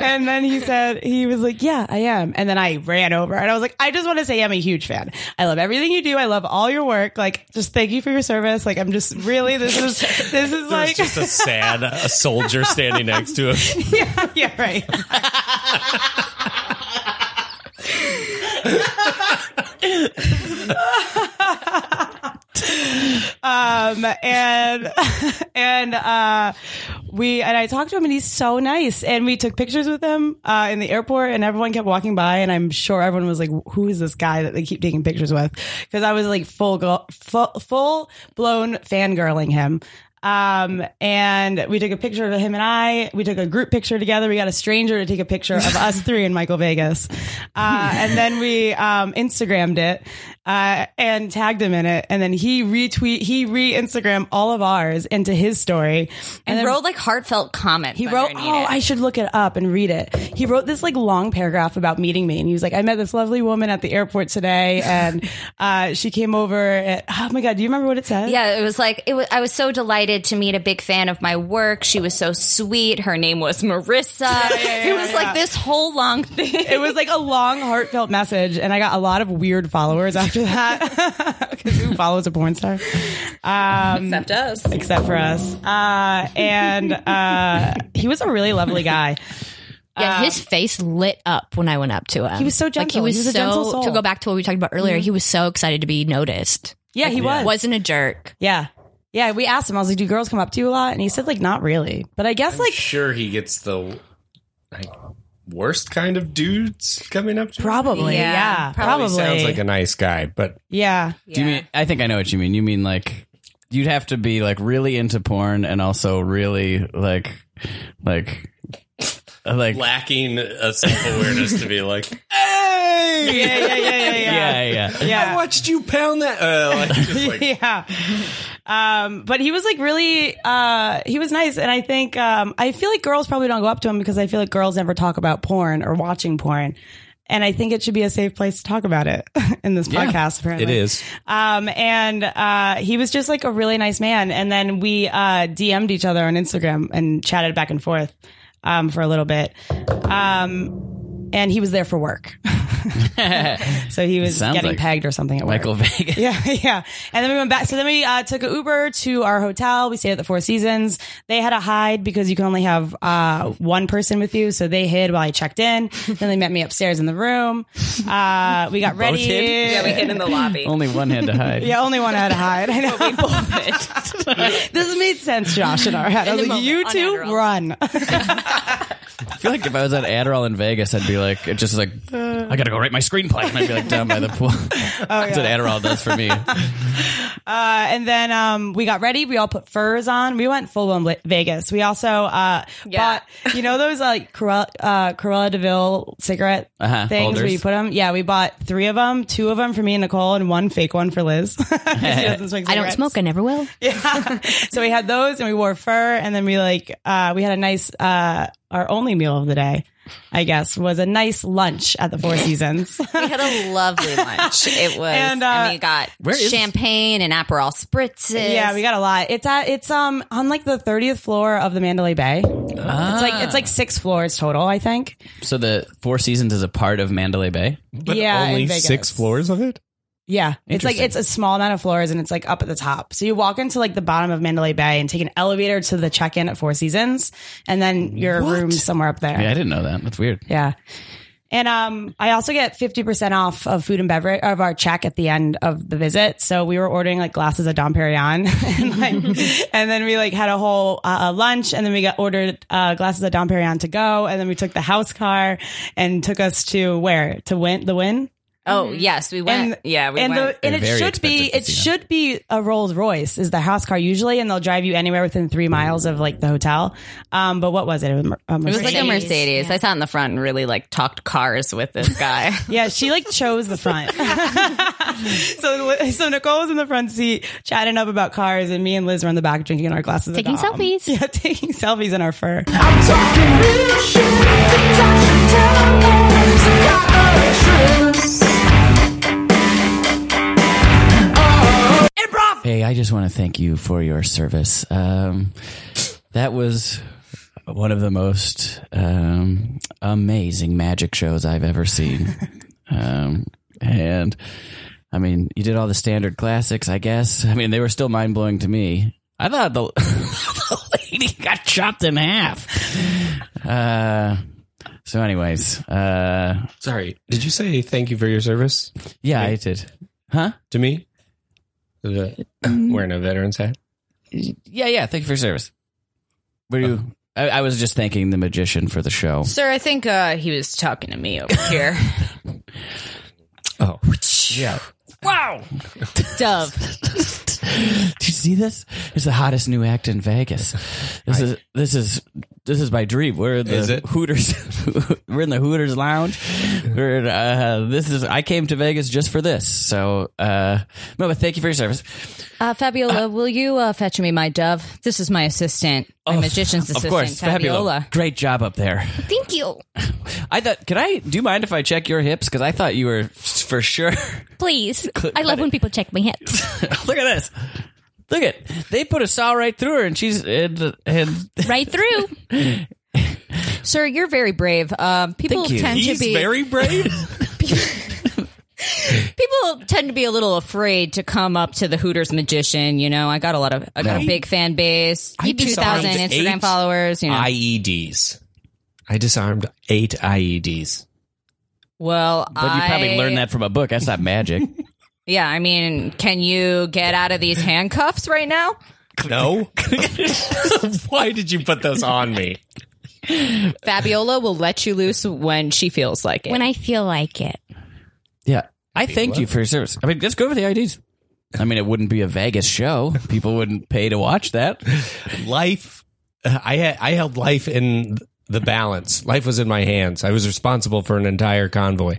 and then he said, "He was like, yeah, I am." And then I ran over, and I was like, "I just want to say I'm a huge fan. I love everything you do. I love all your work. Like, just thank you for your service. Like, I'm just really this is this is like."
There's just a sad a soldier standing next to him.
yeah, yeah, right. um and and uh we and I talked to him and he's so nice and we took pictures with him uh in the airport and everyone kept walking by and I'm sure everyone was like who is this guy that they keep taking pictures with because I was like full go- full, full blown fangirling him um, and we took a picture of him and I. We took a group picture together. We got a stranger to take a picture of us three in Michael Vegas, uh, and then we um, Instagrammed it uh, and tagged him in it. And then he retweet, he re Instagram all of ours into his story,
And,
then-
wrote like heartfelt comments.
he wrote,
underneath
oh,
it.
I should look it up and read it. He wrote this like long paragraph about meeting me. And he was like, I met this lovely woman at the airport today. And uh, she came over. At, oh my God, do you remember what it said?
Yeah, Uh, it was like it was, I was so delighted to meet a big fan of my work. She was so sweet. Her name was Marissa. it was like this whole long thing.
it was like a long, heartfelt message, and I got a lot of weird followers after that. Because who follows a porn star? Um,
Except us.
except for us. Uh, and uh, he was a really lovely guy.
Yeah, his face lit up when I went up to him. He
was so
Like he
gentle.
was,
Um, He was a
so
gentle soul. Mm-hmm.
to go back to what we talked about earlier. He was so excited to be noticed.
Yeah, he was.
Wasn't a jerk.
Yeah. Yeah, we asked him. I was like, "Do girls come up to you a lot?" And he said, "Like, not really." But I guess, like,
Sure, he gets the like, worst kind of dudes coming up to him.
probably,
Yeah,
yeah,
Probably
probably,
sounds like a nice guy, but
yeah.
Do you mean? I think I know what you mean. You mean like you'd have to be like really into porn and also really like like uh, like
lacking a self awareness to be like, hey,
yeah, yeah, yeah, yeah, yeah,
yeah yeah.
I
yeah.
watched you pound that. Uh, like, just like,
yeah. Um, but he was like really, uh, he was nice. And I think, um, I feel like girls probably don't go up to him because I feel like girls never talk about porn or watching porn. And I think it should be a safe place to talk about it in this podcast, apparently.
it is.
Um, and, uh, he was just like a really nice man. And then we, uh, DM'd each other on Instagram and chatted back and forth, um, for a little bit. Um, and he was there for work. so he was
Sounds
getting
like
pegged or something at work.
Michael Vegas.
Yeah, yeah. And then we went back. So then we uh, took an Uber to our hotel. We stayed at the Four Seasons. They had a hide because you can only have uh, one person with you. So they hid while I checked in. then they met me upstairs in the room. Uh, we got ready.
hid?
Yeah, we hid in the lobby.
Only one had to hide.
Yeah, only one had a hide. I know. this made sense, Josh, in our head. I was
the
like,
moment,
you
on
two,
Adderall.
run.
I feel like if I was at Adderall in Vegas, I'd be like, it's just like, I gotta go write my screenplay. And I'd be like down by the pool. That's what Adderall does for me.
Uh, and then um, we got ready. We all put furs on. We went full blown Vegas. We also uh,
Yeah.
bought, you know, those like Corella, uh, Corella Deville cigarette
Uh-huh,
things where
holders.
you put them. Yeah, we bought three of them, two of them for me and Nicole, and one fake one for Liz. 'Cause she doesn't smoke
I don't
cigarettes.
smoke. I never will.
Yeah. so we had those, and we wore fur, and then we like uh, we had a nice uh, our only meal of the day. I guess was a nice lunch at the Four Seasons.
We had a lovely lunch. It was,
And,
and,
uh,
we got
Where is-
champagne and Aperol spritzes.
Yeah, we got a lot. It's at it's um on like the thirtieth floor of the Mandalay Bay. It's like it's like six floors total, I think.
So the Four Seasons is a part of Mandalay Bay.
But
Yeah,
only
in Vegas.
six floors of it?
Yeah, it's like
Interesting.
it's a small amount of floors and it's like up at the top. So you walk into like the bottom of Mandalay Bay and take an elevator to the check in at Four Seasons, and then your room's somewhere up there.
Yeah, I didn't know that. That's weird.
Yeah. And um, I also get 50% off of food and beverage of our check at the end of the visit. So we were ordering like glasses of Dom Perignon and, like, and then we like had a whole uh, uh, lunch and then we got ordered uh, glasses of Dom Perignon to go. And then we took the house car and took us to where? To win the win?
Oh yes, we went.
And-
yeah, we
and
went.
The, and it
Very
should be
expensive
it
casino.
should be a Rolls Royce is the house car usually, and they'll drive you anywhere within three miles of like the hotel. Um, but what was it? It was, Mer- a
it was like a
Mercedes,
Mercedes.
yeah.
I sat in the front and really like talked cars with this guy.
Yeah, she like chose the front. so so Nicole was in the front seat chatting up about cars, and me and Liz were in the back drinking our glasses, of
Taking
Dom.
selfies.
Yeah, taking selfies in our fur.
Improv!
Hey, I just want to thank you for your service. Um, that was one of the most um, amazing magic shows I've ever seen. Um, and I mean, you did all the standard classics, I guess. I mean, they were still mind blowing to me. I thought the, the lady got chopped in half. Uh, so, anyways, uh,
Sorry. Did you say thank you for your service
yeah, I did. Huh?
to me? The-
Mm.
wearing a veteran's hat?
Yeah, yeah. Thank you for your service. Were you? I, I was just thanking the magician for the show.
Sir, I think uh, he was talking to me over here.
Oh. Yeah.
Dove.
Did you see this? It's the hottest new act in Vegas. This is this is this is my dream. We're in the
Is it?
Hooters. we're in the Hooters lounge. We're in, uh, this is. I came to Vegas just for this. So uh, no, but thank you for your service.
Uh, Fabiola, will you uh, fetch me my dove? This is my assistant, my magician's
Oh, of
assistant,
course,
Fabiola.
Fabiola. Great job up there.
Thank you.
I thought. Could I? Do you mind if I check your hips? Because I thought you were for sure.
Please. I love when people check my hips.
Look at this. Look at they put a saw right through her, and she's and, and
right through.
Sir, you're very brave. Um, people
Thank you.
tend to be
brave.
people tend to be a little afraid to come up to the Hooters magician. You know, I got a lot of I got a big fan base,
I
two thousand
disarmed
Instagram
eight
followers. You know,
IEDs. E I disarmed eight E IEDs.
well,
But you
I-
probably learned that from a book. That's not magic.
Yeah, I mean, can you get out of these handcuffs right now?
No. Why did you put those on me?
Fabiola will let you loose when she feels like it.
When I feel like it.
yeah. I thank you for your service. I mean, just go over the IDs. I mean, it wouldn't be a Vegas show. People wouldn't pay to watch that.
Life. I had, I held life in the balance. Life was in my hands. I was responsible for an entire convoy.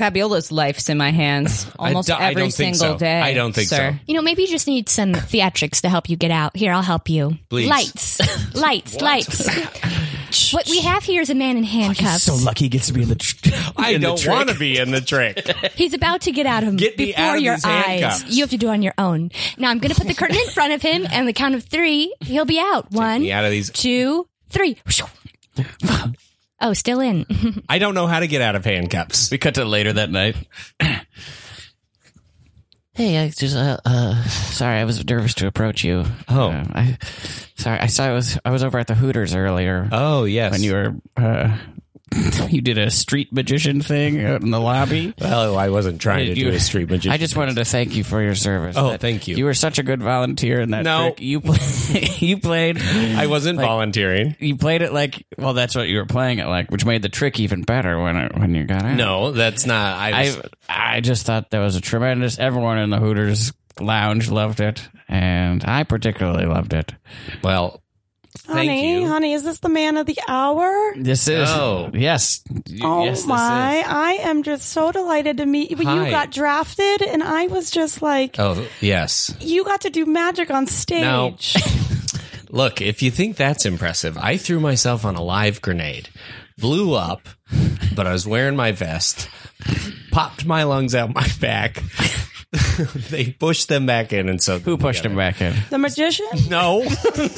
Fabiola's life's in my hands almost
I do- I
every
don't think
single
so.
day.
I don't think
sir.
so.
You know, maybe you just need some theatrics to help you get out. Here, I'll help you.
Please.
Lights. lights. Lights. what we have here is a man in handcuffs.
So lucky he gets to be in the. Tr-
I
in the
don't
trick.
want to be in the trick.
He's about to get out of him
Get me
before
out of
your
these
eyes.
handcuffs.
You have to do it on your own. Now I'm going to put the curtain in front of him, and the count of three, he'll be out. One,
me out of these-
two, three. Oh, still in.
I don't know how to get out of handcuffs.
We cut to later that night. hey, I just uh, uh, sorry, I was nervous to approach you.
Oh.
Uh, I sorry, I saw I was I was over at the Hooters earlier
Oh yes.
when you were uh, you did a street magician thing out in the lobby.
well, I wasn't trying to
Did you-
do a street magician.
I just wanted to thank you for your service.
Oh,
That-
thank you.
You were such a good volunteer in that
No.
trick. You play, you played
I wasn't volunteering.
you played it like well that's what you were playing it like, which made the trick even better when it, when you got out.
No, that's not. I, was,
I I just thought that was a tremendous. Everyone in the Hooters lounge loved it, and I particularly loved it.
well, thank
honey,
you.
honey, is this the man of the hour?
This is
Oh.
yes, Y-
Oh
yes, this
my!
is.
I am just so delighted to meet you. But
Hi.
You got drafted, and I was just like,
Oh yes.
you got to do magic on stage.
Now, look, if you think that's impressive, I threw myself on a live grenade, blew up, but I was wearing my vest, popped my lungs out my back. they pushed them back in, and so
Who pushed him back in?
the magician.
No,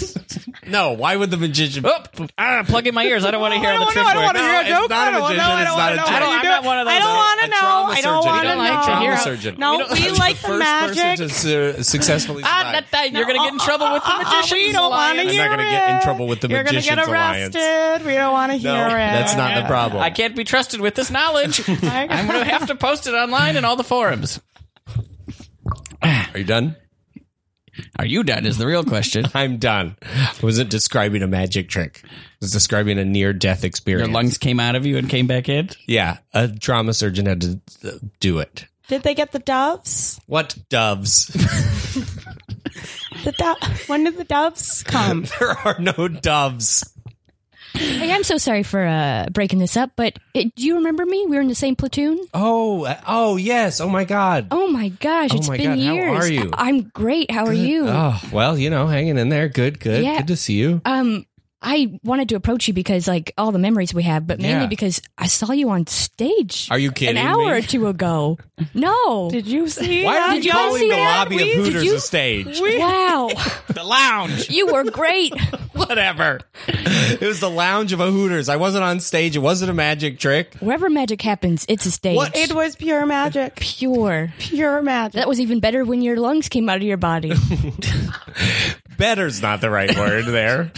no. Why would the magician? Oh,
Ah, plug in my ears. I don't want to hear
I
how the
don't
trick
know. I don't want
works.
to
No,
hear a
it's
joke.
not a
I
magician. It's not a joke.
don't want to know. I don't want to know. How do you do
I'm
it?
not one of
I
those.
don't want
A
to know.
trauma
I
surgeon.
don't
You
want to
don't like to
know.
hear
trauma
how-
surgeon.
No, we
You're
like
the
the
first
magic.
Person to su- successfully
Ah,
survive.
that, that, you're gonna get in trouble with the magician.
Uh, We don't want to
not
hear
gonna get in
it.
trouble with the
You're gonna
Magicians
get
Alliance.
arrested. We don't want to
no,
hear it.
that's not the problem.
I can't be trusted with this knowledge.
I-
I'm gonna have to post it online in all the forums.
Are you done?
Are you done? Is the real question.
I'm done. I wasn't describing a magic trick. I was describing a near death
Your
experience.
lungs came out of you and came back in.
Yeah, a trauma surgeon had to uh, do it.
Did they get the doves?
What doves?
The do- when did the doves come?
there are no doves.
Hey, I'm so sorry for uh, breaking this up, but it, do you remember me? We were in the same platoon.
Oh, uh, oh yes. Oh my god.
Oh my gosh,
Oh
it's
my
been
God, how
years.
are you?
I- am great. How are you?
Oh, well, you know, hanging in there. Good, good.
Yeah.
Good to see you.
Um, I wanted to approach you because like all the memories we have, but mainly
Yeah.
because I saw you on stage.
Are you kidding
An hour
me?
or two ago. No.
Did you see?
Why
that?
are
did
you
y'all
calling
see
the
that?
lobby
We-
of
did
Hooters
you-
a stage?
wow.
The lounge.
you were great.
Whatever. it was the lounge of a Hooters. I wasn't on stage. It wasn't a magic trick.
Wherever magic happens, it's a stage.
What?
It was pure magic.
Pure.
Pure magic.
That was even better when your lungs came out of your body.
Better's not the right word there.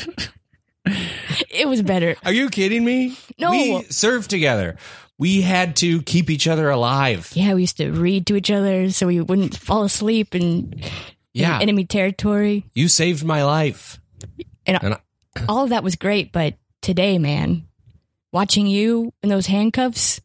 it was better.
Are you kidding me?
No.
We served together. We had to keep each other alive.
Yeah, we used to read to each other so we wouldn't fall asleep in,
Yeah.
in enemy territory.
You saved my life.
And-
and I-
All of that was great, but today, man, watching you in those handcuffs.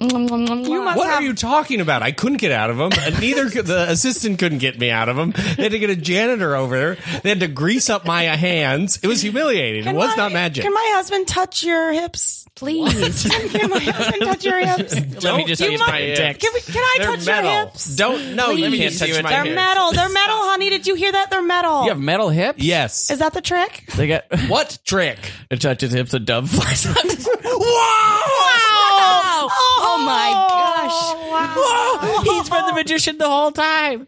You must
What
have
are you talking about? I couldn't get out of them. And neither could the assistant couldn't get me out of them. They had to get a janitor over there. They had to grease up my hands. It was humiliating.
Can
it was
my-
not magic.
Can my husband touch your hips?
Please.
Can my husband touch your hips? Can,
Let me
Don't
just
touch
use
my
my
hips.
dick.
we, can I
They're
touch
metal.
your hips?
Don't no. You
Please.
can't touch my
They're
hips.
metal. They're metal, honey. Did you hear that? They're metal.
You have metal hips.
Yes.
Is that the trick?
They got
what trick?
it touches hips. A dove flies out.
Wow!
Oh, oh
Oh.
my
Oh,
gosh.
Wow.
He's been the magician the whole time.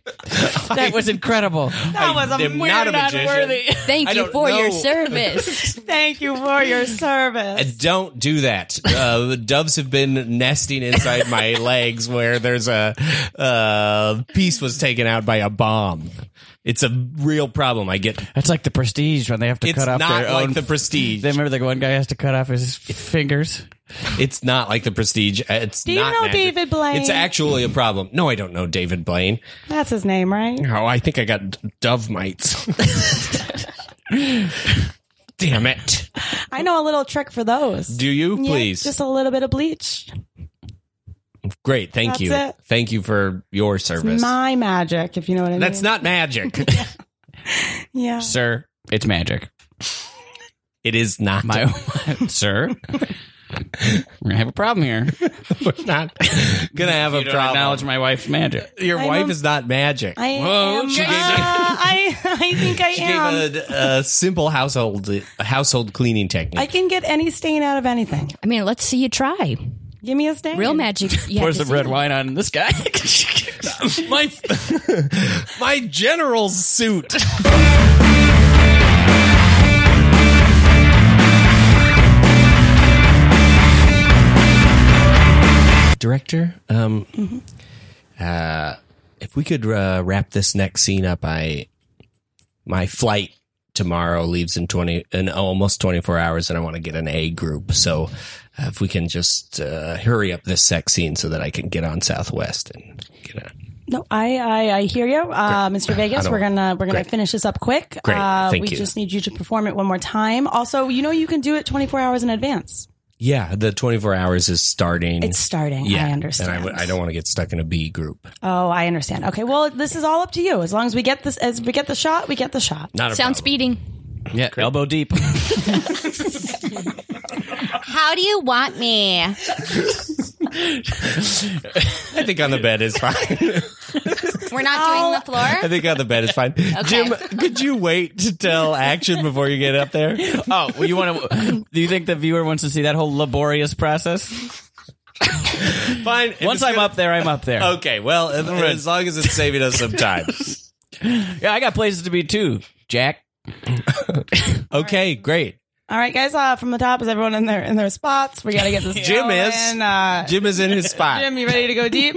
That was incredible.
That was
I am
amazing.
not a magician.
Thank
I
you
don't
for your
know.
service.
Thank you for your service.
And Don't do that. Uh, doves have been nesting inside my legs where there's a uh, piece was taken out by a bomb. It's a real problem. I get.
That's like the prestige when they have to
It's
cut off
not
their
like
own.
the prestige.
they remember the one guy has to cut off his fingers.
It's not like the prestige. Uh, It's
you
not
know
magic.
David Blaine?
It's actually a problem. No, I don't know David Blaine.
That's his name, right?
Oh, I think I got d- dove mites. Damn it.
I know a little trick for those.
Do you
Yeah,
please?
Just a little bit of bleach.
Great. Thank
That's
you.
it.
Thank you for your service.
My magic, if you know what I
That's
mean.
not magic.
Yeah.
Sir, it's magic.
it is not.
My, sir, we're gonna have a problem here.
We're not gonna have a
You don't
problem.
acknowledge my wife's magic.
Your
I
wife
know.
is not magic.
I
Whoa,
am.
she
uh,
gave a-
I I think I
she
am.
gave a, a simple household household cleaning technique.
I can get any stain out of anything.
I mean, let's see you try.
Give me a stain.
Real magic. You
Pour
have to
some
see
red
it.
wine on this guy.
my my general's suit. director. Um, uh, if we could uh, wrap this next scene up, I my flight tomorrow leaves in twenty in almost twenty four hours, and I want to get an A group. So uh, if we can just uh, hurry up this sex scene so that I can get on Southwest and get a
No, I I, I hear you, uh, Mr. Vegas.
don't-
We're gonna we're gonna
Great.
finish this up quick.
Great.
Uh,
Thank
we
you.
just need you to perform it one more time. Also, you know you can do it 24 hours in advance.
yeah. The twenty four hours is starting.
It's starting.
Mm. yeah,
I understand.
And I, w- I don't want to get stuck in a B group.
Oh, I understand. Okay, well, this is all up to you. As long as we get this, as we get the shot, we get the shot.
Not a
Sound
problem.
speeding.
Yeah, elbow deep.
How do you want me?
I think on the bed is fine.
We're not doing the
I
floor.
think on the bed is fine. Jim, could you wait to tell action before you get up there?
Oh, well, you want to? Do you think the viewer wants to see that whole laborious process?
Fine. If
Once
it's
I'm
gonna-
up there, I'm up there.
Okay, well, as- as long as it's saving us some time.
Yeah, I got places to be too, Jack.
Okay, great.
All right, guys. Uh, from the top, is everyone in their in their spots? We gotta get this.
Jim is.
going. Uh,
Jim is in his spot.
Jim, you ready to go deep?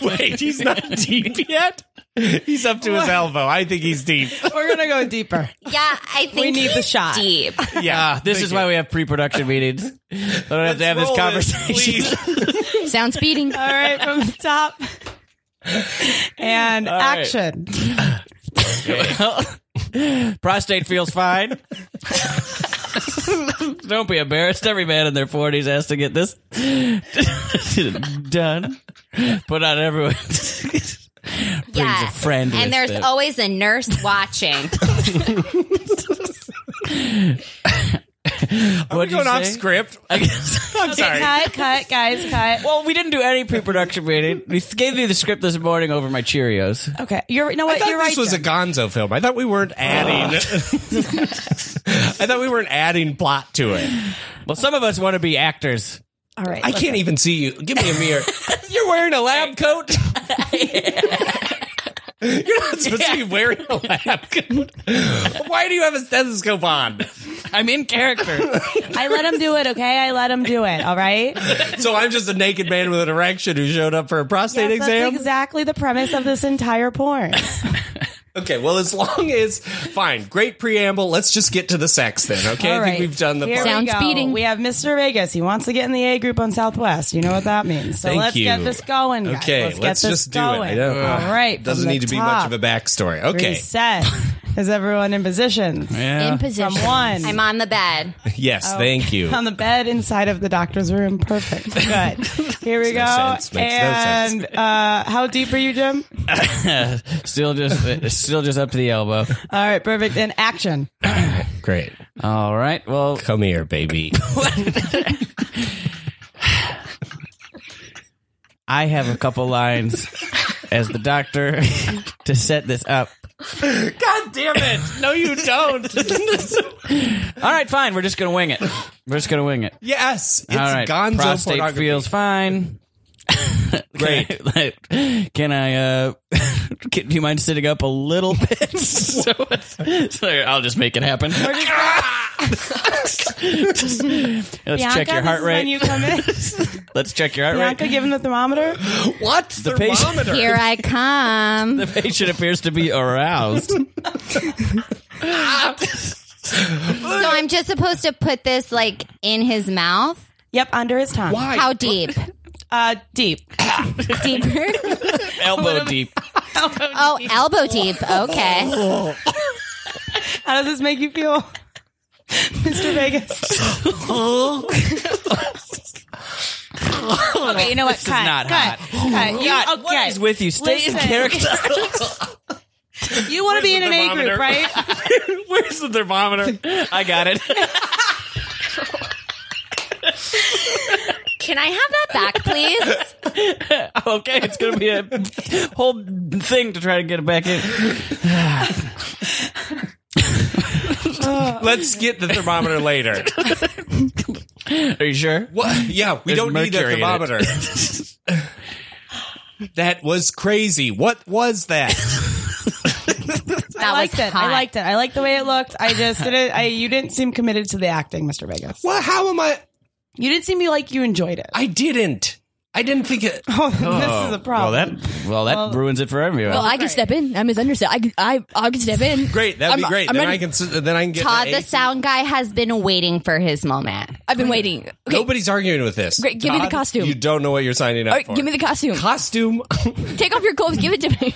Wait, he's not deep yet? He's up to his elbow. I think he's deep.
We're gonna go deeper.
Yeah, I think
We need the
he's
shot.
Deep.
Yeah.
This is why we have pre-production meetings. I don't have Ah, to have this
Roll
conversation.
please.
Sound speeding.
All right, from the top. And
right.
action.
Prostate feels fine. Don't be embarrassed. Every man in their forties has to get this done. Put on everyone. Brings
Yeah.
a friend, with
And there's
them.
always a nurse watching.
We're
What'd you
going off
say?
script.
I guess-
I'm sorry.
Cut, cut, guys, cut.
well, we didn't do any pre-production meeting. We gave me the script this morning over my Cheerios.
Okay, you're. You know
I
what?
thought
You're right.
this was a
Jim.
Gonzo film. I thought we weren't adding. I thought we weren't adding plot to it.
Well, some of us want to be actors.
All right.
I can't even see you. Give me a mirror. You're wearing a lab coat. You're not supposed to be wearing a lab coat. Why do you have a stethoscope on?
I'm in character.
I let him do it. Okay, I let him do it. All right.
So I'm just a naked man with an erection who showed up for a prostate
Yes,
exam.
That's exactly the premise of this entire porn.
okay, well, as long as fine, great preamble. Let's just get to the sex then. Okay,
All
I think
right.
we've done the.
Here
part.
Sound
we go.
speeding.
We have Mr. Vegas. He wants to get in the A group on Southwest. You know what that means. So
Thank
let's
you.
get this going. guys.
Okay,
let's,
let's
get this
just do it. I
going.
don't-
All right.
Doesn't need to be much of a backstory. Okay,
Reset. Is everyone in positions?
In
From
position.
one.
I'm on the bed.
yes,
Oh.
thank you.
on the bed inside of the doctor's room. Perfect. Good. Here we go.
sense. Makes no
and
sense.
uh, how deep are you, Jim?
still just, still just up to the elbow.
All right. Perfect. And action.
Great,
All right. Well,
come here, baby.
I have a couple lines as the doctor to set this up.
God damn it! No, you don't.
All right, fine. We're just gonna wing it. We're just gonna wing it.
Yes, it's
All right,
Gonzo
prostate
pornography.
feels fine.
Great.
Can I, like, can I, uh, can, do you mind sitting up a little bit? so, it's- so I'll just make it happen. Just- let's check
Bianca,
your
this
heart
is when
rate.
you come in.
let's check your heart
Bianca,
rate.
give him the thermometer.
What
The patient-
thermometer?
Here I come.
The patient appears to be aroused.
So I'm just supposed to put this like in his mouth.
Yep, under his tongue.
Why?
How deep?
Uh, deep.
Deeper?
Elbow deep.
Oh, elbow deep. Okay.
How does this make you feel, Mr. Vegas? okay, you know what? This cut,
is not
cut,
hot.
cut. You-
God,
okay.
what is with you? Stay in
Listen.
character.
You want to be in
the
an A
thermometer?
group, right?
Where's the thermometer?
I got it.
Can I have that back, please?
okay, it's gonna be a whole thing to try to get it back in.
Let's get the thermometer later.
Are you sure?
What? Yeah, we
There's
don't need a
mercury in it.
thermometer. that was crazy. What was that?
That
I liked
was
it.
hot.
I liked it. I liked the way it looked. I just didn't. I you didn't seem committed to the acting, Mr. Vegas.
Well, how am I?
You didn't seem like you enjoyed it.
I didn't. I didn't think it.
Oh, this is a
Well,
problem.
that well that ruins it for everyone.
Well, I can step in. I'm his understudy. I, can- I, I can step in.
Great, that'd be
I'm-
great.
I'm
then I
ready.
can. s- Then I can get.
Todd,
an
the
eight.
sound guy, has been waiting for his moment.
I've been waiting. Okay,
Nobody's arguing with this.
Great, give me the
Todd,
costume.
You don't know what you're signing up
all right,
for.
give me the costume.
costume.
Take off your clothes. Give it to me.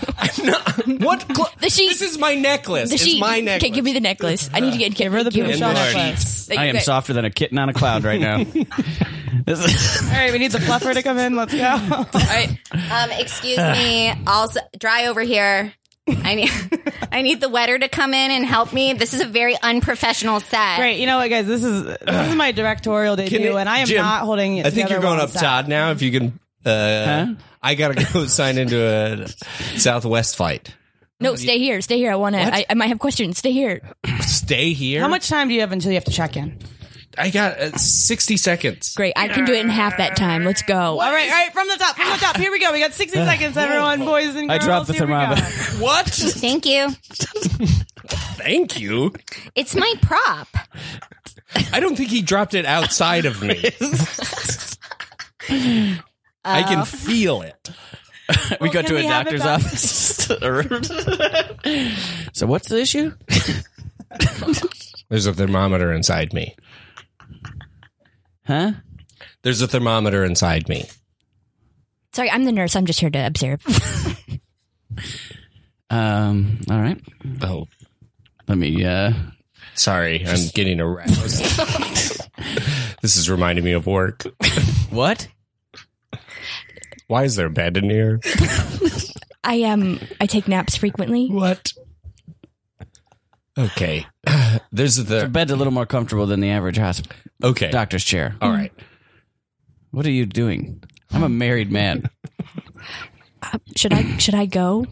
what? Cl-
The sheet.
This is my necklace.
the
it's
sheet.
my necklace.
Okay, give me the necklace. I need to get give
her the
give
Michelle
Lord.
necklace.
I am
Okay.
softer than a kitten on a cloud right now. This is-
All right, we need the fluffer to come in. Let's go.
All right. Um, excuse me. Also, dry over here. I need I need the wetter to come in and help me. This is a very unprofessional set.
Great. You know what, guys? This is this is my directorial
Can
debut,
it-
and I am
Jim,
not holding it.
I think
together
you're going
well
up,
set.
Todd. Now, if you can. Uh, I gotta go sign into a Southwest fight.
No, Oh, stay here. Stay here. I want to. I, I might have questions. Stay here.
Stay here.
How much time do you have until you have to check in?
I got uh, sixty seconds.
Great. I can do it in half that time. Let's go.
All right, all right, from the top, from the top. Here we go. We got 60 seconds, everyone, boys and girls.
I dropped the
Here we go.
thermometer.
What?
Thank you.
Thank you.
It's my prop.
I don't think he dropped it outside of me. I
Uh,
can feel it.
we go
can
to a
we have a
doctor's
doc-
office. so what's the issue?
There's a thermometer inside me.
Huh?
There's a thermometer inside me.
Sorry, I'm the nurse. I'm just here to observe.
Um. All right.
Oh,
Let me. Uh.
sorry. I'm getting aroused. this is reminding me of work.
What?
Why is there a bed in here?
I um. I take naps frequently.
What? Okay. There's
Your
the
bed's a little more comfortable than the average hospital
okay.
doctor's chair.
All right.
What are you doing? I'm a married man.
Should I? Should I go?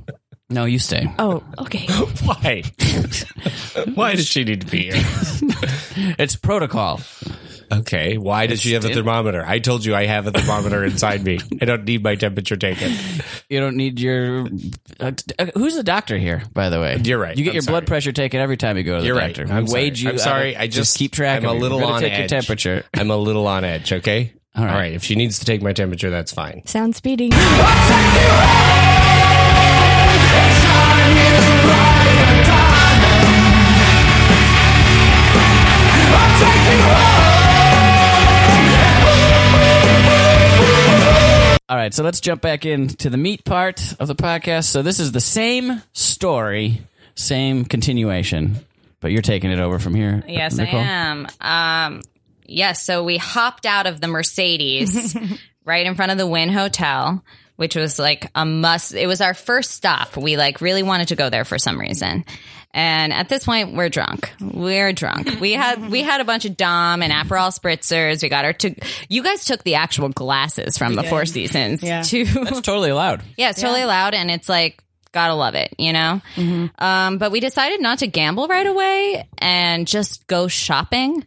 No, you stay.
Oh, okay.
Why? Why does she need to be here?
It's protocol.
Okay. Why does she have a thermometer? I told you I have a thermometer inside me. I don't need my temperature taken.
You don't need your. Uh, t- uh, who's the doctor here, by the way?
You're right.
You get
I'm
your
sorry.
blood pressure taken every time you go to the
You're right.
doctor.
I'm
we
sorry.
weighed you.
I'm sorry.
out.
I just-
keep track.
I'm
of
a
it.
little
We're gonna
on
take
edge.
your temperature.
I'm a little on edge, okay?
All right.
All right. If she needs to take my temperature, that's fine.
Sounds speedy.
All right, so let's jump back into the meat part of the podcast. So this is the same story, same continuation, but you're taking it over from here.
Yes,
Nicole.
I am. Um, yes, so we hopped out of the Mercedes right in front of the Wynn Hotel, which was like a must. It was our first stop. We like really wanted to go there for some reason. And at this point, we're drunk. We're drunk. We had we had a bunch of Dom and Aperol spritzers. We got our. To- you guys took the actual glasses from the Four Seasons
Yeah.
to
It's totally allowed.
yeah, it's totally loud and it's like gotta love it, you know. Um, but we decided not to gamble right away and just go shopping.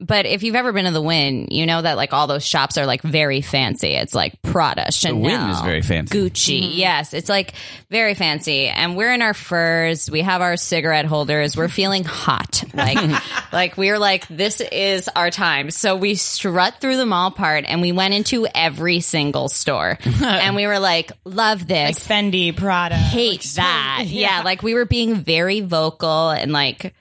But if you've ever been to the Win, you know that like all those shops are like very fancy. It's like Prada, Chanel,
Wynn is very fancy.
Gucci. Yes, it's like very fancy. And we're in our furs. We have our cigarette holders. We're feeling hot. Like, like we're like, this is our time. So we strut through the mall part and we went into every single store and we were like, love this
Fendi, Prada.
hate that. Yeah. like we were being very vocal and like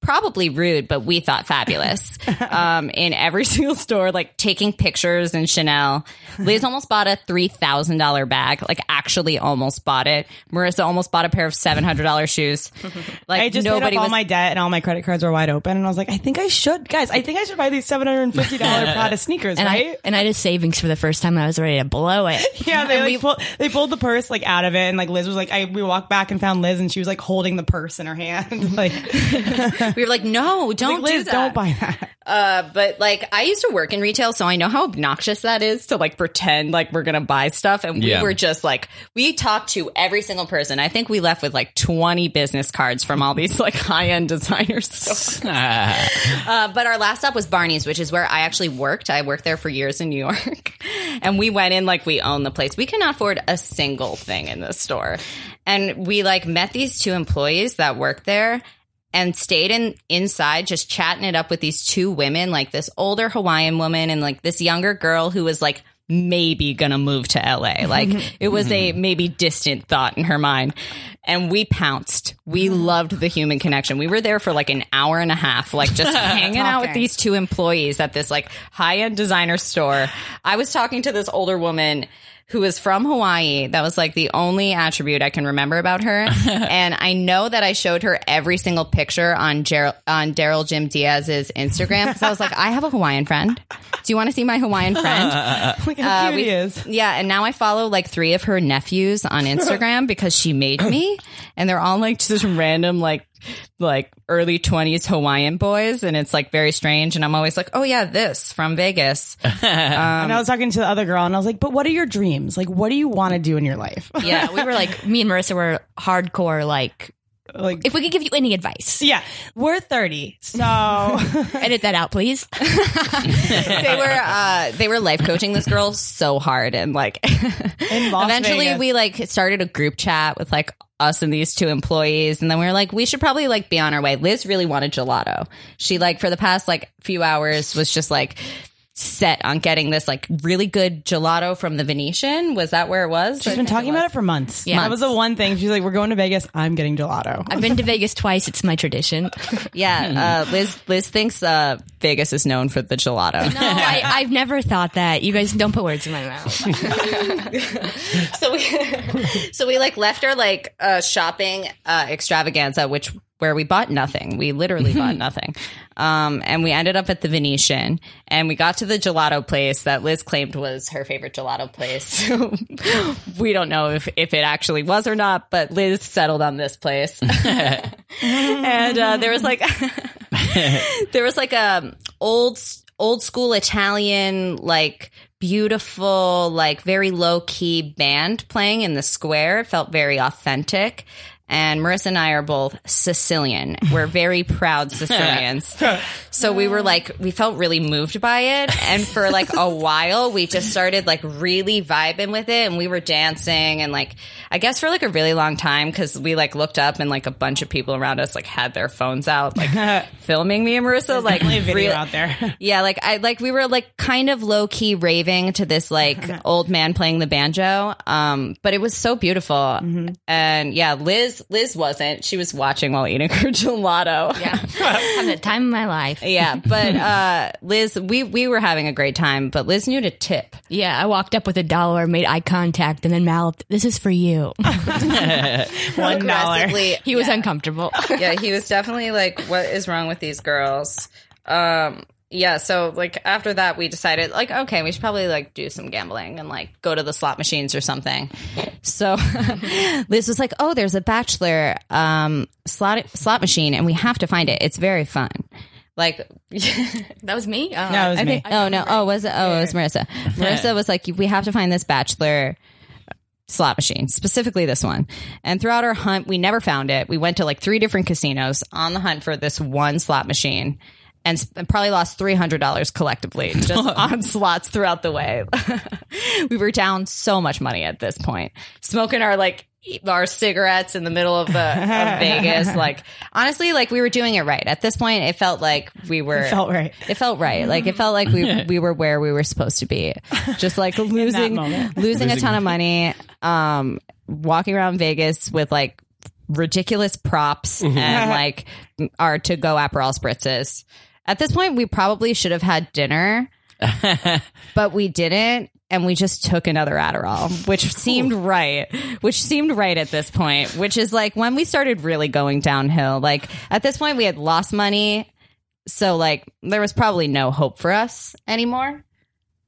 probably rude, but we thought fabulous. um, in every single store, like taking pictures in Chanel. Liz almost bought a three thousand dollar bag. Like actually, almost bought it. Marissa almost bought a pair of seven hundred dollar shoes. Like
I just paid off
nobody
all
was.
my debt and all my credit cards were wide open, and I was like, I think I should, guys. I think I should buy these seven hundred and fifty dollar Prada sneakers,
And
right?
I and I did savings for the first time. I was ready to blow it.
yeah, they like, pulled they pulled the purse like out of it, and like Liz was like, I we walked back and found Liz, and she was like holding the purse in her hand, like
we were like, no, don't
Liz,
do that.
not buy that.
but like I used to work in retail, so I know how obnoxious that is to like pretend like we're gonna buy stuff. And
Yeah.
we were just like we talked to every single person. I think we left with like twenty business cards from all these like high end designers. uh, but our last stop was Barney's, which is where I actually worked. I worked there for years in New York, and we went in like we own the place. We cannot afford a single thing in this store, and we like met these two employees that worked there. and stayed in inside just chatting it up with these two women, like this older Hawaiian woman and like this younger girl who was like maybe gonna move to LA. Like it was a maybe distant thought in her mind. And we pounced. We loved the human connection. We were there for like an hour and a half, like just hanging out with
Talking.
these two employees at this like high end designer store. I was talking to this older woman who was from Hawaii. That was like the only attribute I can remember about her. and I know that I showed her every single picture on Ger- on Daryl Jim Diaz's Instagram because I was like, I have a Hawaiian friend. Do you want to see my Hawaiian friend?
Look how
Uh,
cute
we-
he is.
Yeah, and now I follow like three of her nephews on Instagram because she made me, and they're all like just this random like like early twenties Hawaiian boys, and it's like very strange. And I'm always like, oh yeah, this from Vegas. um,
and I was talking to the other girl, and I was like, "But what are your dreams? Like, what do you want to do in your life?
Yeah,
we were like, me and Marissa were hardcore, like,
like,
if we could give you any advice,
yeah, we're thirty, so
edit that out, please.
they were uh, they were life coaching this girl so hard, and like
in Las
eventually
Vegas.
we like started a group chat with like us and these two employees and then we were like we should probably like be on our way liz really wanted gelato she like for the past like few hours was just like set on getting this like really good gelato from the venetian was that where it was
She's been talking about it for months. Yeah, that was the one thing. She's like, "We're going to Vegas. I'm getting gelato."
I've been to Vegas twice. It's my tradition.
Hmm.
yeah uh, liz liz thinks uh, vegas is known for the gelato
No, I, I've never thought that. You guys don't put words in my mouth.
so we so we like left our like uh shopping uh extravaganza which where we bought nothing we literally bought nothing um and we ended up at the venetian and we got to the gelato place that liz claimed was her favorite gelato place we don't know if if it actually was or not but liz settled on this place and uh, there was like there was like a old old school Italian like beautiful like very low key band playing in the square. It felt very authentic. And Marissa and I are both Sicilian. We're very proud Sicilians. So we were like, we felt really moved by it. And for like a while, we just started like really vibing with it. And we were dancing and like, I guess for like a really long time, cause we like looked up and like a bunch of people around us like had their phones out, like filming me and Marissa. Like,
Play a video
real-
out there.
yeah, like I like we were like kind of low key raving to this like old man playing the banjo. Um, but it was so beautiful.
Mm-hmm.
And yeah, Liz Liz wasn't. She was watching while eating her gelato. Yeah.
Having the time of my life.
yeah. But uh Liz, we we were having a great time, but Liz knew to tip.
Yeah, I walked up with a dollar, made eye contact, and then mouthed, "This is for you."
One dollar.
Aggressively.
He was uncomfortable.
yeah, he was definitely like, "What is wrong with these girls?" Um, yeah, so like after that, we decided like, okay, we should probably like do some gambling and like go to the slot machines or something. So Liz was like, "Oh, there's a bachelor um slot slot machine, and we have to find it. It's very fun." Like,
That was me. Oh,
No, it was
I
me.
think, oh no, oh was it? Oh, it was Marissa. Marissa was like, "We have to find this bachelor." slot machine, specifically this one. And throughout our hunt, we never found it. We went to like three different casinos on the hunt for this one slot machine and, sp- and probably lost $300 collectively just on slots throughout the way. we were down so much money at this point, smoking our like e- our cigarettes in the middle of, the, of Vegas. Like, honestly, like we were doing it right. At this point, it felt like we were. It
felt right.
It felt right. Like, it felt like we, we were where we were supposed to be. Just like losing,
moment.
losing a ton of money, um, walking around Vegas with like ridiculous props and like our to go Aperol spritzes. At this point, we probably should have had dinner, but we didn't. And we just took another Adderall, which seemed right, which seemed right at this point, which is like when we started really going downhill. Like at this point, we had lost money. So, like, there was probably no hope for us anymore.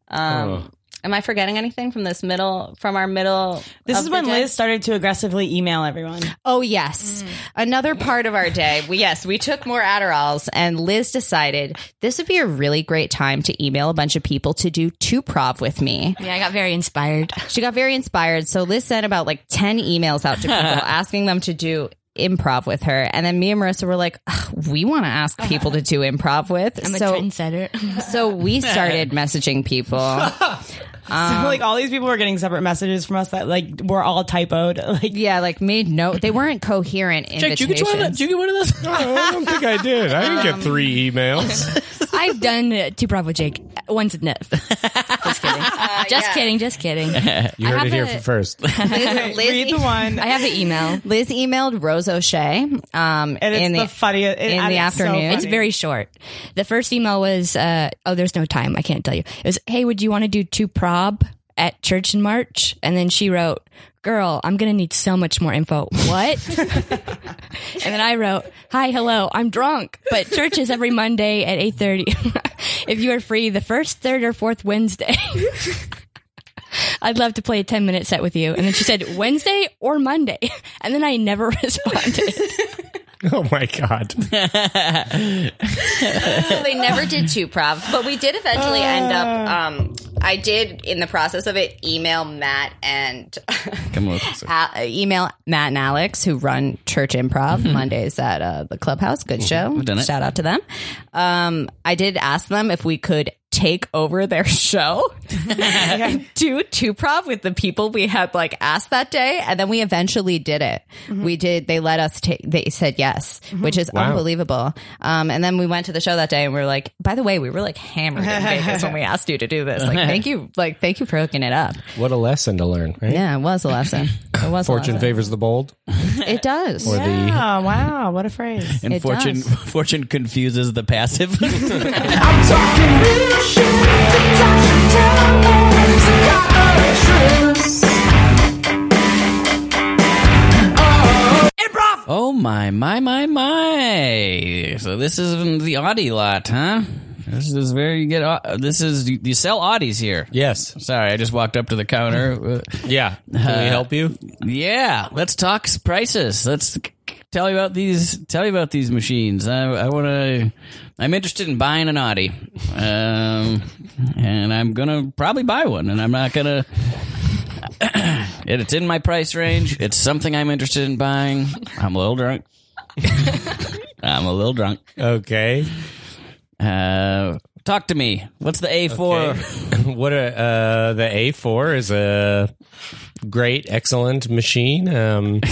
Um, Am I forgetting anything from this middle, from our middle?
This
of
is
the
when
day?
Liz Mm. started to aggressively email everyone.
Oh yes, another part of our day. We, yes, we took more Adderalls, and Liz decided this would be a really great time to email a bunch of people to do two prov with me.
yeah, I got very inspired.
She got very inspired, so Liz sent about like ten emails out to people asking them to do improv with her, and then me and Marissa were like, "Ugh, we want to ask people to do improv with.
I'm a
so
trendsetter.
so we started messaging people.
so like all these people were getting separate messages from us that like were all typoed. Like
Yeah, like made no. They weren't coherent
Jake, did you get one of the-
invitations. Oh,
did you get one of those?
No, I don't think I did. I didn't get three emails.
I've done uh, two Bravo Jake once at NIF. just kidding. just kidding. Just kidding.
You
I
heard it
have
here
a-
first.
Liz, e-
read the one.
I have an email.
Liz emailed Rose O'Shea. Um,
and it's
in
the,
the,
funniest it-
in
and
the
it's so
afternoon.
funny.
It's very short. The first email was, uh, oh, there's no time. I can't tell you. It was, hey, would you want to do two prob at church in March? And then she wrote, girl, I'm going to need so much more info. What? and then I wrote, hi, hello, I'm drunk, but church is every Monday at 8.30. if you are free the first, third, or fourth Wednesday. I'd love to play a 10 minute set with you. And then she said, Wednesday or Monday. And then I never responded.
Oh my god!
they never did two prov, but we did eventually end up.
Uh.
Um, I did in the process of it email Matt and
Come on. so-
uh, email Matt and Alex who run Church Improv Mondays at uh, the Clubhouse. Good show.
Mm-hmm. done it.
Shout out to them. Um, I did ask them if we could take over their show and do two prov with the people we had like asked that day, and then we eventually did it.
Mm-hmm.
We did. They let us take. They said yes, which is unbelievable. Um, and then we went to the show that day, and we were like, by the way, we were like hammered in Vegas when we asked you to do this. Like, thank you, like thank you for hooking it up.
What a lesson to learn, right?
Yeah, it was a lesson. It was a
Fortune
lesson.
favors the bold.
It does.
Or the
Oh wow, what a phrase!
And
It
fortune
does.
fortune confuses the passive.
I'm talking real shit. Think I should tell them it's a cockatrice.
Improv!
oh my my my my! So this is the Audi lot, huh? This is where you get. au- This is you, you sell Audis here.
yes,
Sorry, I just walked up to the counter. Uh,
yeah. Can we help you?
yeah, let's talk s- prices. Let's c- c- tell you about these. Tell you about these machines. I, I want to. I'm interested in buying an Audi, um, and I'm gonna probably buy one. And I'm not gonna. and it's in my price range. It's something I'm interested in buying. I'm a little drunk. I'm a little drunk.
Okay.
Uh, talk to me. What's the A4?
what a uh, the A4 is a great, excellent machine.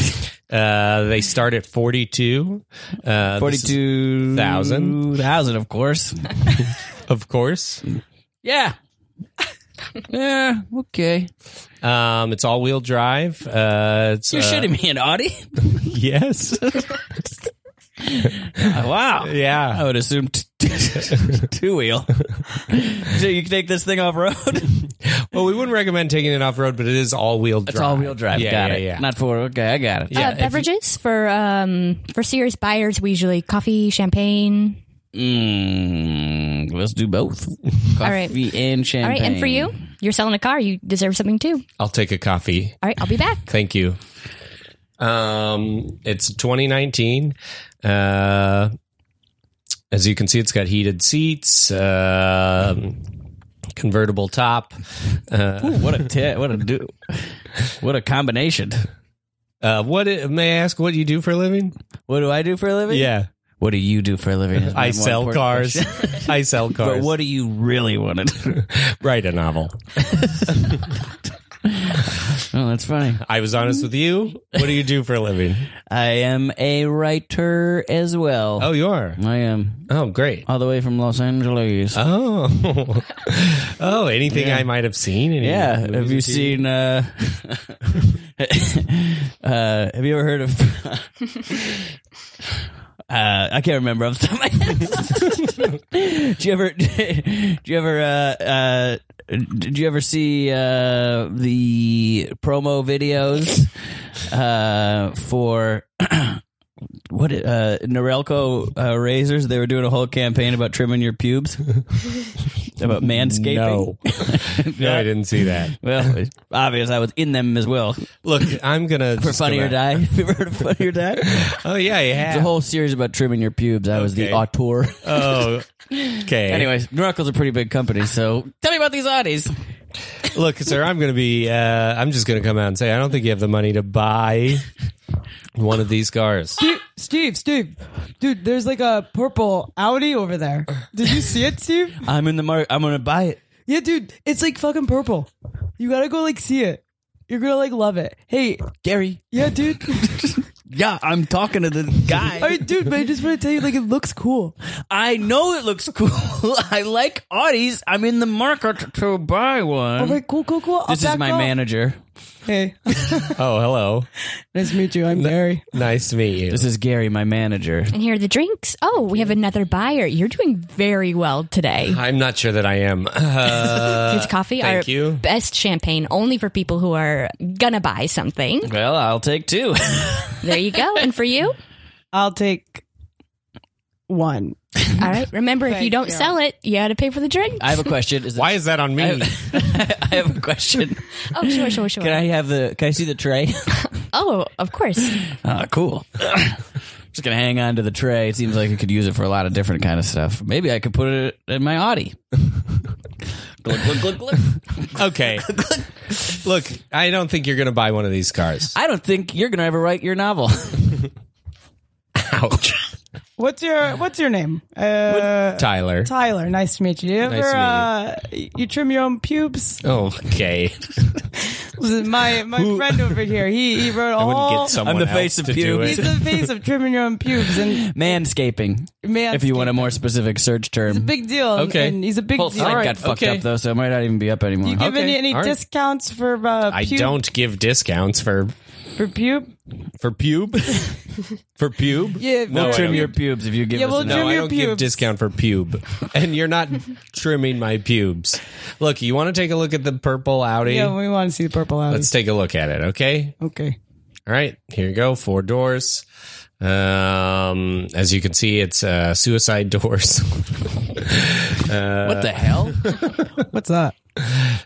Um, uh, they start at forty two. Uh, this is-
Forty-two
Thousand.
thousand, of course.
of course.
Yeah. yeah. Okay.
Um, it's all wheel drive. Uh, it's,
You're
uh,
shitting me an Audi?
Yes.
wow. I
yeah.
would assume t- two wheel. so you can take this thing off road.
Well, we wouldn't recommend taking it off road, but it is all wheel drive.
It's all wheel drive.
Yeah,
got
yeah,
it.
yeah.
Not four. Okay, I got it.
Yeah,
uh,
if
beverages for um for serious buyers we usually coffee champagne
Mm, let's do both. Coffee
right.
and champagne.
all right and for you you're selling a car you deserve something too
I'll take a coffee.
all right i'll be back
Thank you. Um, it's 2019. Uh, as you can see, it's got heated seats, uh, convertible top, uh,
What a te- what a do what a combination.
uh, what may I ask? What you do for a living?
What do I do for a living?
Yeah,
What do you do for a living? is my
I
more
sell
important
cars.
question.
I sell cars.
But what do you really want to do?
Write a novel.
Oh, that's funny.
I was honest with you. What do you do for a living?
I am a writer as well.
Oh, you are.
I am
Oh, great.
all the way from Los Angeles.
Oh, oh, anything I might have seen? Any
yeah,
movies
have you
or TV?
seen? Uh, uh, have you ever heard of? uh, I can't remember off the top of my head. do you ever? Do you ever? Uh, uh, did you ever see uh, the promo videos uh, for? What uh, Norelco uh, razors? They were doing a whole campaign about trimming your pubes, about manscaping.
No, no, I didn't see that.
Well, it's obvious I was in them as well.
Look, I'm gonna
For
just
Funny or Die.
gonna-
Have you ever heard of Funny or Die? It's
Oh yeah, yeah.
a whole series about trimming your pubes. I was the
Okay.
auteur.
oh, okay.
Anyways, Miracle's a pretty big company, so tell me about these oddies.
look, sir, I'm gonna be. Uh, I'm just gonna come out and say I don't think you have the money to buy one of these cars.
Steve, Steve, dude, there's like a purple Audi over there. Did you see it, Steve?
I'm in the market. I'm going to buy it.
Yeah, dude, it's like fucking purple. You gotta go like see it. You're gonna like love it. Hey,
Gary.
yeah, dude.
Yeah, I'm talking to the guy.
I mean, dude, but I just want to tell you, like, it looks cool.
I know it looks cool. I like Audis. I'm in the market to buy one.
All right, cool, cool, cool. I'll
this is
Oh back
my
off.
manager.
Hey,
Oh, hello.
nice to meet you. I'm Gary.
Nice to meet you.
This is Gary, my manager.
And here are the drinks. Oh, we have another buyer. You're doing very well today.
I'm not sure that I am. Uh,
it's coffee.
thank
our
you.
Best champagne, only for people who are gonna buy something.
Well, I'll take two.
There you go. And for you,
I'll take one.
all right. Remember, if you
Thank
don't
you.
sell it, you got to pay for the drink.
I have a question. Is it-
Why is that on me?
I have, I have a question.
oh, sure, sure, sure.
Can I have the? Can I see the tray?
oh, of course.
Ah, cool. Just gonna hang on to the tray. It seems like I could use it for a lot of different kind of stuff. Maybe I could put it in my Audi. Glug, glug, glug, glug.
okay. Look, I don't think you're going to buy one of these cars.
I don't think you're gonna ever write your novel.
Ouch.
What's your What's your name? Uh,
Tyler.
Tyler. Nice to meet you. You
Nice
ever uh, you trim your own pubes?
okay.
My my friend over here. He he wrote a
I wouldn't
whole.
get someone
I'm the
else
face of
to do
pubes.
He's
it.
the face of trimming your own pubes and
Manscaping.
man.
If you want a more specific search term.
big deal.
Okay.
and he's a big
Well,
deal.
I
All right,
got fucked
okay.
up though, so I might not even be up anymore.
Do you give
Okay,
any, any
all right.
discounts for uh, pube?
I don't give discounts for
for pube.
for pube. for pube?
Yeah,
No,
for-
I
trim
don't
your
give-
pubes if you give
Yeah,
us
we'll
a
trim
No, I
your
don't give
pubes.
discount for pube. And you're not trimming my pubes. Look, you want to take a look at the purple Audi?
Yeah, we want to see the purple out.
Let's take a look at it, okay?
Okay.
All right, here you go. Four doors. Um, as you can see, it's uh, suicide doors.
What the hell?
What's that?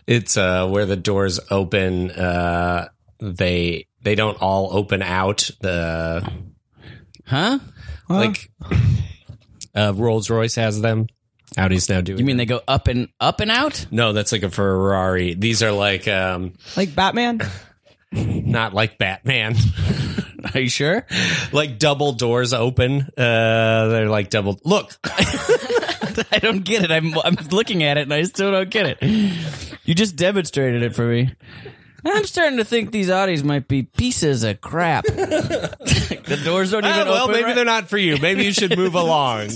it's uh, where the doors open. Uh, they they don't all open out. The
Huh?
like uh, Rolls Royce has them. Audi's now doing.
You mean they go up and up and out?
no? That's like a Ferrari. These are like um,
Like Batman?
not like Batman.
Are you sure?
like double doors open. Uh, they're like double. Look,
I don't get it. I'm I'm looking at it and I still don't get it. You just demonstrated it for me. I'm starting to think these Audis might be pieces of crap. the doors don't even
Ah, well,
open.
maybe
right-
they're not for you. Maybe you should move along.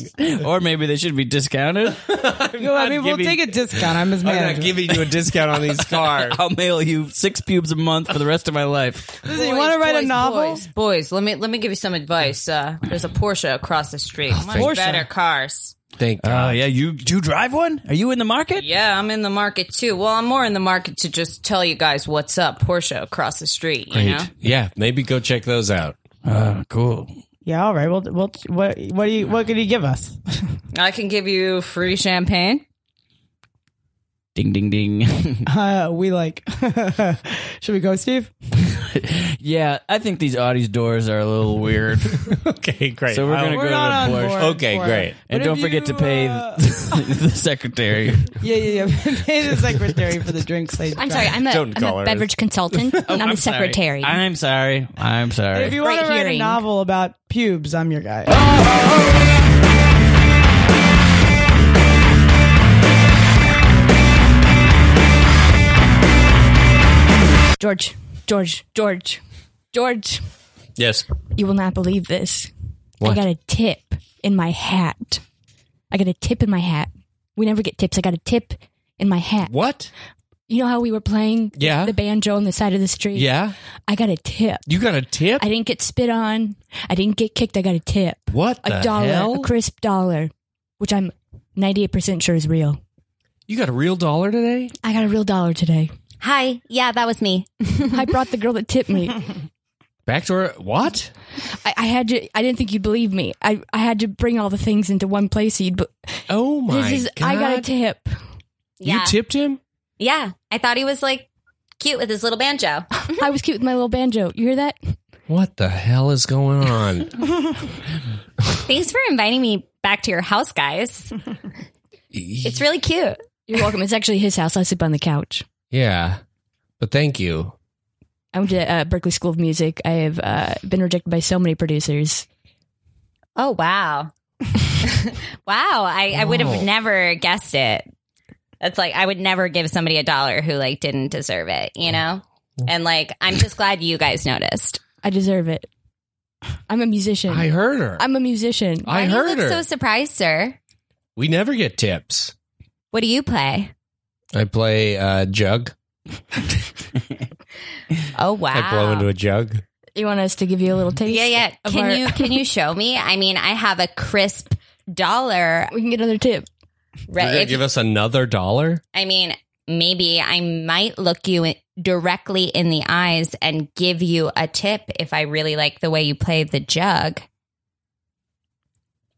or maybe they should be discounted.
No, I mean, we'll
giving-
take a discount. I'm his
I'm not
manager.
giving you a discount on these cars.
I'll mail you six pubes a month for the rest of my life.
Listen, you want to write a novel?
Boys, boys, let me let me give you some advice. Uh, there's a Porsche across the street. Much
Oh, Porsche.
better cars.
Thank
Oh yeah, you do you drive one? Are you in the market?
Yeah, I'm in the market too. Well, I'm more in the market to just tell you guys what's up. Porsche across the street. You know.
Yeah, maybe go check those out.
Oh, cool.
Yeah, all right. Well, well what what do you what could he give us?
I can give you free champagne.
Ding ding ding.
Uh, we like. Should we go, Steve?
yeah, I think these Audis doors are a little weird.
Okay, great.
So we're
I'll-
gonna go to
We're not
the
on
Porsche.
board.
Okay,
for-
great.
But
And
if
don't forget
you,
to pay
uh,
the secretary.
yeah, yeah, yeah. pay the secretary for the drinks. They
I'm
drive.
sorry. I'm a,
Don't
I'm
call her. Oh,
a beverage consultant. and I'm, a
sorry.
secretary.
I'm sorry. I'm
If
sorry.
you want to
Great
write a
hearing.
novel about pubes, I'm your guy.
George, George, George, George.
Yes.
You will not believe this. I got a tip in my hat. I got a tip in my hat. We never get tips. I got a tip in my hat.
What?
You know how we were playing
Yeah.
the banjo on the side of the street?
Yeah.
I got a tip.
You got a tip?
I didn't get spit on. I didn't get kicked. I got a tip.
what
A
the
dollar, a
hell?
crisp dollar, which I'm 98% sure is real.
You got a real dollar today?
I got a real dollar today.
Hi. Yeah, that was me.
I brought the girl that tipped me.
Backdoor? What?
I, I had to. I didn't think you'd believe me. I, I had to bring all the things into one place. So you'd. Be,
Oh my
this is.
god!
I got a tip.
You tipped him?
yeah. I thought he was like cute with his little banjo.
I was cute with my little banjo. You hear that?
What the hell is going on?
Thanks for inviting me back to your house, guys. it's really cute.
You're welcome. It's actually his house. I sleep on the couch.
yeah, but thank you.
I went to uh, Berkeley School of Music. I have uh, been rejected by so many producers.
Oh wow. wow. I, I would have never guessed it. That's like I would never give somebody a dollar who like didn't deserve it, you know? And like I'm just glad you guys noticed.
I deserve it. I'm a musician.
I heard her.
I'm a musician.
I
Why do
heard
you look
her.
so surprised, sir.
we never get tips.
What do you play?
I play uh, jug.
Oh wow.
I blow into a jug.
You want us to give you a little taste?
yeah, yeah.
of
Can
our-
you can you show me? I mean, I have a crisp dollar.
We can get another tip.
You're gonna
Right.
give us another dollar?
I mean, maybe I might look you in- directly in the eyes and give you a tip if I really like the way you play the jug.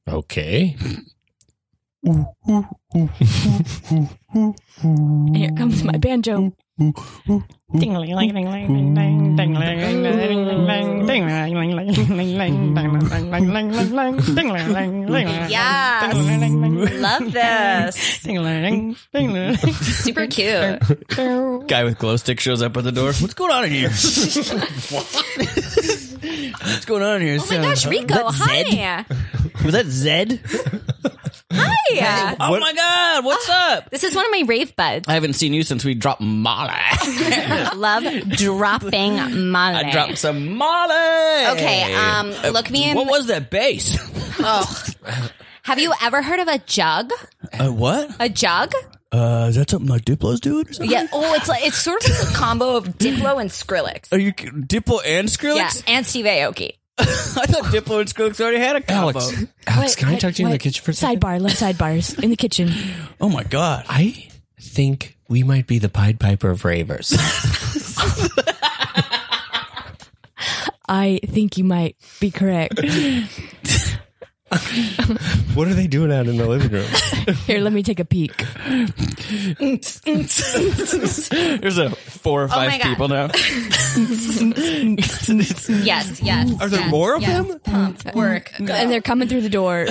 Okay.
And here comes my banjo.
Love this. Super cute.
Guy with glow stick shows up at the door. What's going on in here? What's going on in here?
Oh my gosh, Rico, hi.
Was that Zed?
Hi.
Oh my god, what's up?
This is one of my rave buds.
Ah, I haven't seen you since we dropped Molly.
Love dropping Molly.
I dropped some Molly. Uh,
Okay, um, look me in-
What was that bass?
Have you ever heard of a jug?
Uh, what?
A jug?
Uh, is that something like Diplo's doing? Or something?
Yeah. Oh, it's like it's sort of like a combo of Diplo and Skrillex.
Are you Diplo and Skrillex?
Yeah, and Steve Aoki.
I thought Diplo and Skrillex already had a combo.
Alex, Alex,
Wait,
can I
wait,
talk to you in the
wait.
kitchen for a second?
Sidebar, love sidebars in the kitchen.
Oh my god.
I think we might be the Pied Piper of Ravers.
I think you might be correct.
what are they doing out in the living room?
Here, let me take a peek.
There's a four or
my
five
God.
people now.
Yes, yes. Are
there more of
them? Pump, work.
And they're coming through the door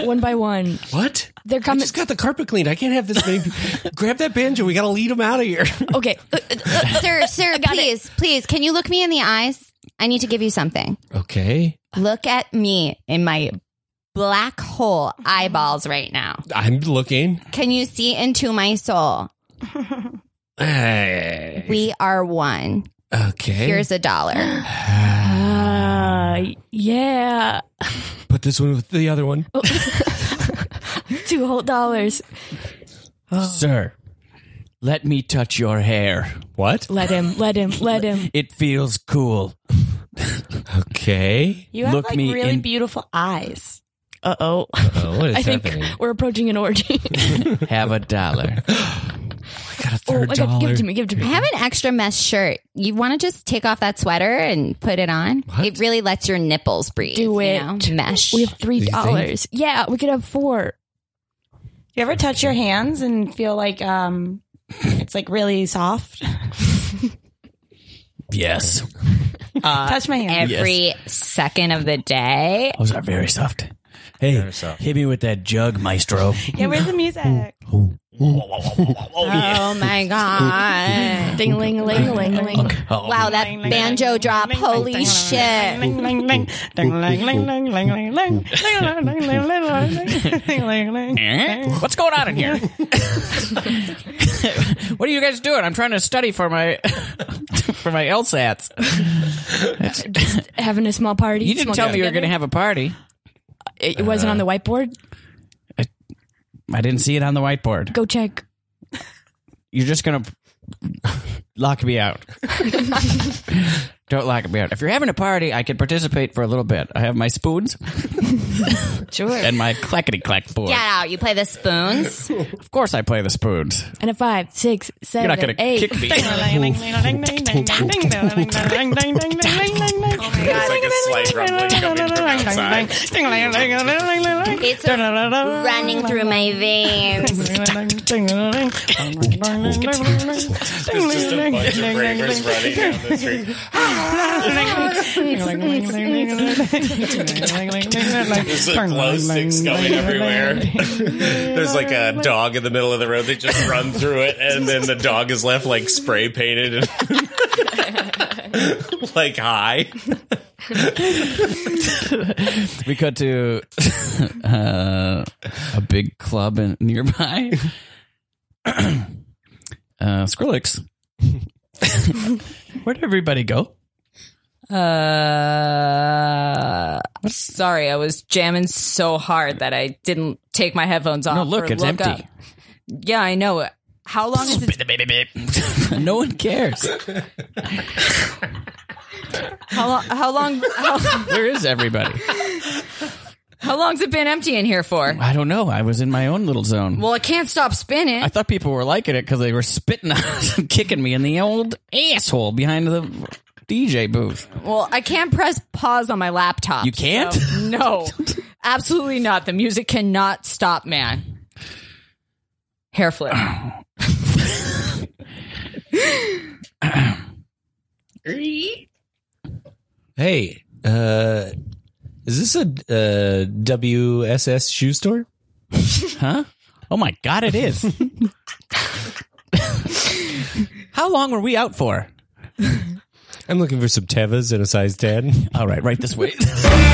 one by one.
What?
They're coming.
I just got the carpet cleaned. I can't have this many. people- Grab that banjo. We got to lead them out of here.
Okay.
Uh, sir, sir, please, please, can you look me in the eyes? I need to give you something.
Okay.
Look at me in my black hole eyeballs right now.
I'm looking.
Can you see into my soul?
Hey.
We are one.
Okay.
Here's a dollar.
Uh, yeah.
Put this one with the other one.
Two whole dollars.
Sir, let me touch your hair.
What?
Let him, let him, let him.
It feels cool.
Okay.
You have
Look
like
me
really
in-
beautiful eyes. Uh oh.
Oh, what is
I think
happening?
we're approaching an orgy.
Have a dollar.
got a
oh my
third
god, give
dollar.
it to me, give it to me.
I have an extra mesh shirt. You want to just take off that sweater and put it on? It really lets your nipples breathe.
Do
you
it.
know? Mesh.
we have three
think?
dollars. Yeah, we could have four.
You ever touch your hands and feel like um it's like really soft?
Yes.
Uh,
touch my hand.
Every second of the day.
Those are very soft. Hey, hit me with that jug, maestro.
Yeah, where's the music?
Oh my God.
Ding ling ling ling ling.
Wow, that banjo drop. Holy shit.
Eh? What's going on in here? what are you guys doing? I'm trying to study for my for my LSATs.
Having a small party.
You didn't
small
tell me you were
together.
going to have a party.
It wasn't on the whiteboard.
I didn't see it on the whiteboard.
Go check.
You're just going to lock me out. Don't lock me out. If you're having a party, I could participate for a little bit. I have my spoons
Sure. And,
and my clackety clack board.
Get out. You play the spoons.
Of course, I play the spoons.
a five, six,
You're
seven,
not going to
eight.
kick me.
It's running through my veins.
There's like a dog in the middle of the road. They just run through it, and then the dog is left like spray painted and like high.
We cut to uh, a big club in, nearby. uh, Skrillex. Where'd everybody go?
Uh, sorry, I was jamming so hard that I didn't take my headphones off.
No, look,
or
it's
up.
empty.
Yeah, I know. How long is it?
no one cares.
How long? How long? How,
Where is everybody?
how long's it been empty in here for?
I don't know. I was in my own little zone.
Well, it can't stop spinning.
I thought people were liking it because they were spitting and kicking me in the old asshole behind the DJ booth.
well, I can't press pause on my laptop.
You can't?
so no, absolutely not. The music cannot stop, man. Hair flip.
Hey, uh, is this a uh, WSS shoe store?
Oh my god, it is. How long were we out for?
I'm looking for some Tevas in a size 10.
All right, right this way.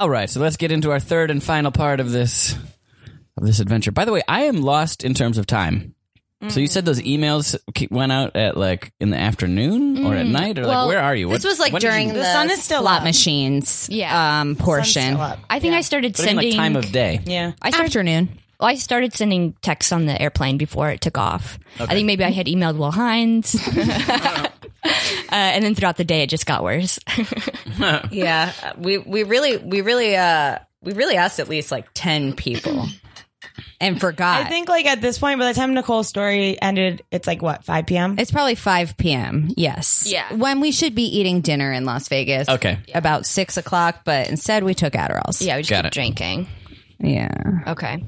All right, so let's get into our third and final part of this of this adventure. By the way, I am lost in terms of time. So you said those emails ke- went out at like in the afternoon or at night or like where are you?
Mm. This was like
when did
during
you-
the,
sun is still
slot
up.
machines.
Yeah.
Um, portion.
I think I started
But I mean,
sending
like time of day.
Yeah.
I started
Afternoon.
Well, I started sending texts on the airplane before it took off. I think maybe I had emailed Will Hines. Uh, and then throughout the day, it just got worse.
Yeah, we we really we really uh we really asked at least like ten people, and forgot.
I think like at this point, by the time Nicole's story ended, it's like what five p.m.
it's probably five p.m. Yes,
Yeah.
when we should be eating dinner in Las Vegas.
Okay.
about six o'clock, but instead we took Adderalls.
yeah, we just
Got
kept
it.
drinking.
yeah.
Okay.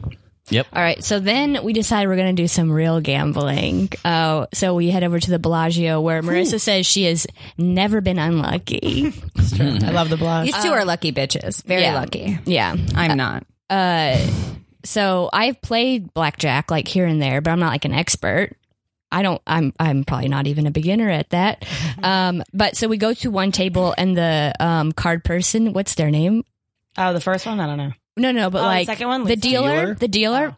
Yep.
All right. So then we decided we're going to do some real gambling. Uh, so we head over to the Bellagio where Marissa says she has never been unlucky.
I love the blog.
These two are lucky bitches. Very
yeah.
lucky.
yeah. Uh,
I'm not.
So I've played blackjack like here and there, but I'm not like an expert. I don't. I'm. I'm probably not even a beginner at that. Um, but so we go to one table and the um, card person. What's their name?
Oh, the first one, I don't know.
No, no. But
Oh, the
like
second one, Oh.
the
Lisa?
dealer, the dealer.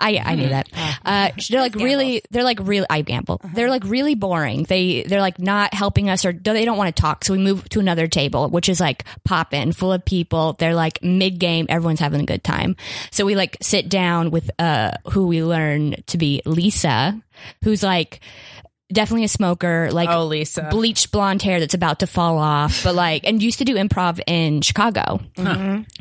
I I knew that.
Mm-hmm.
Uh, they're like really. They're like really. I gamble.
Uh-huh.
They're like really boring. They they're like not helping us or they don't want to talk. So we move to another table, which is like pop in full of people. They're like mid game. Everyone's having a good time. So we like sit down with uh who we learn to be Lisa, who's like definitely a smoker. Like
Oh, Lisa.
bleached blonde hair that's about to fall off, but like, and used to do improv in Chicago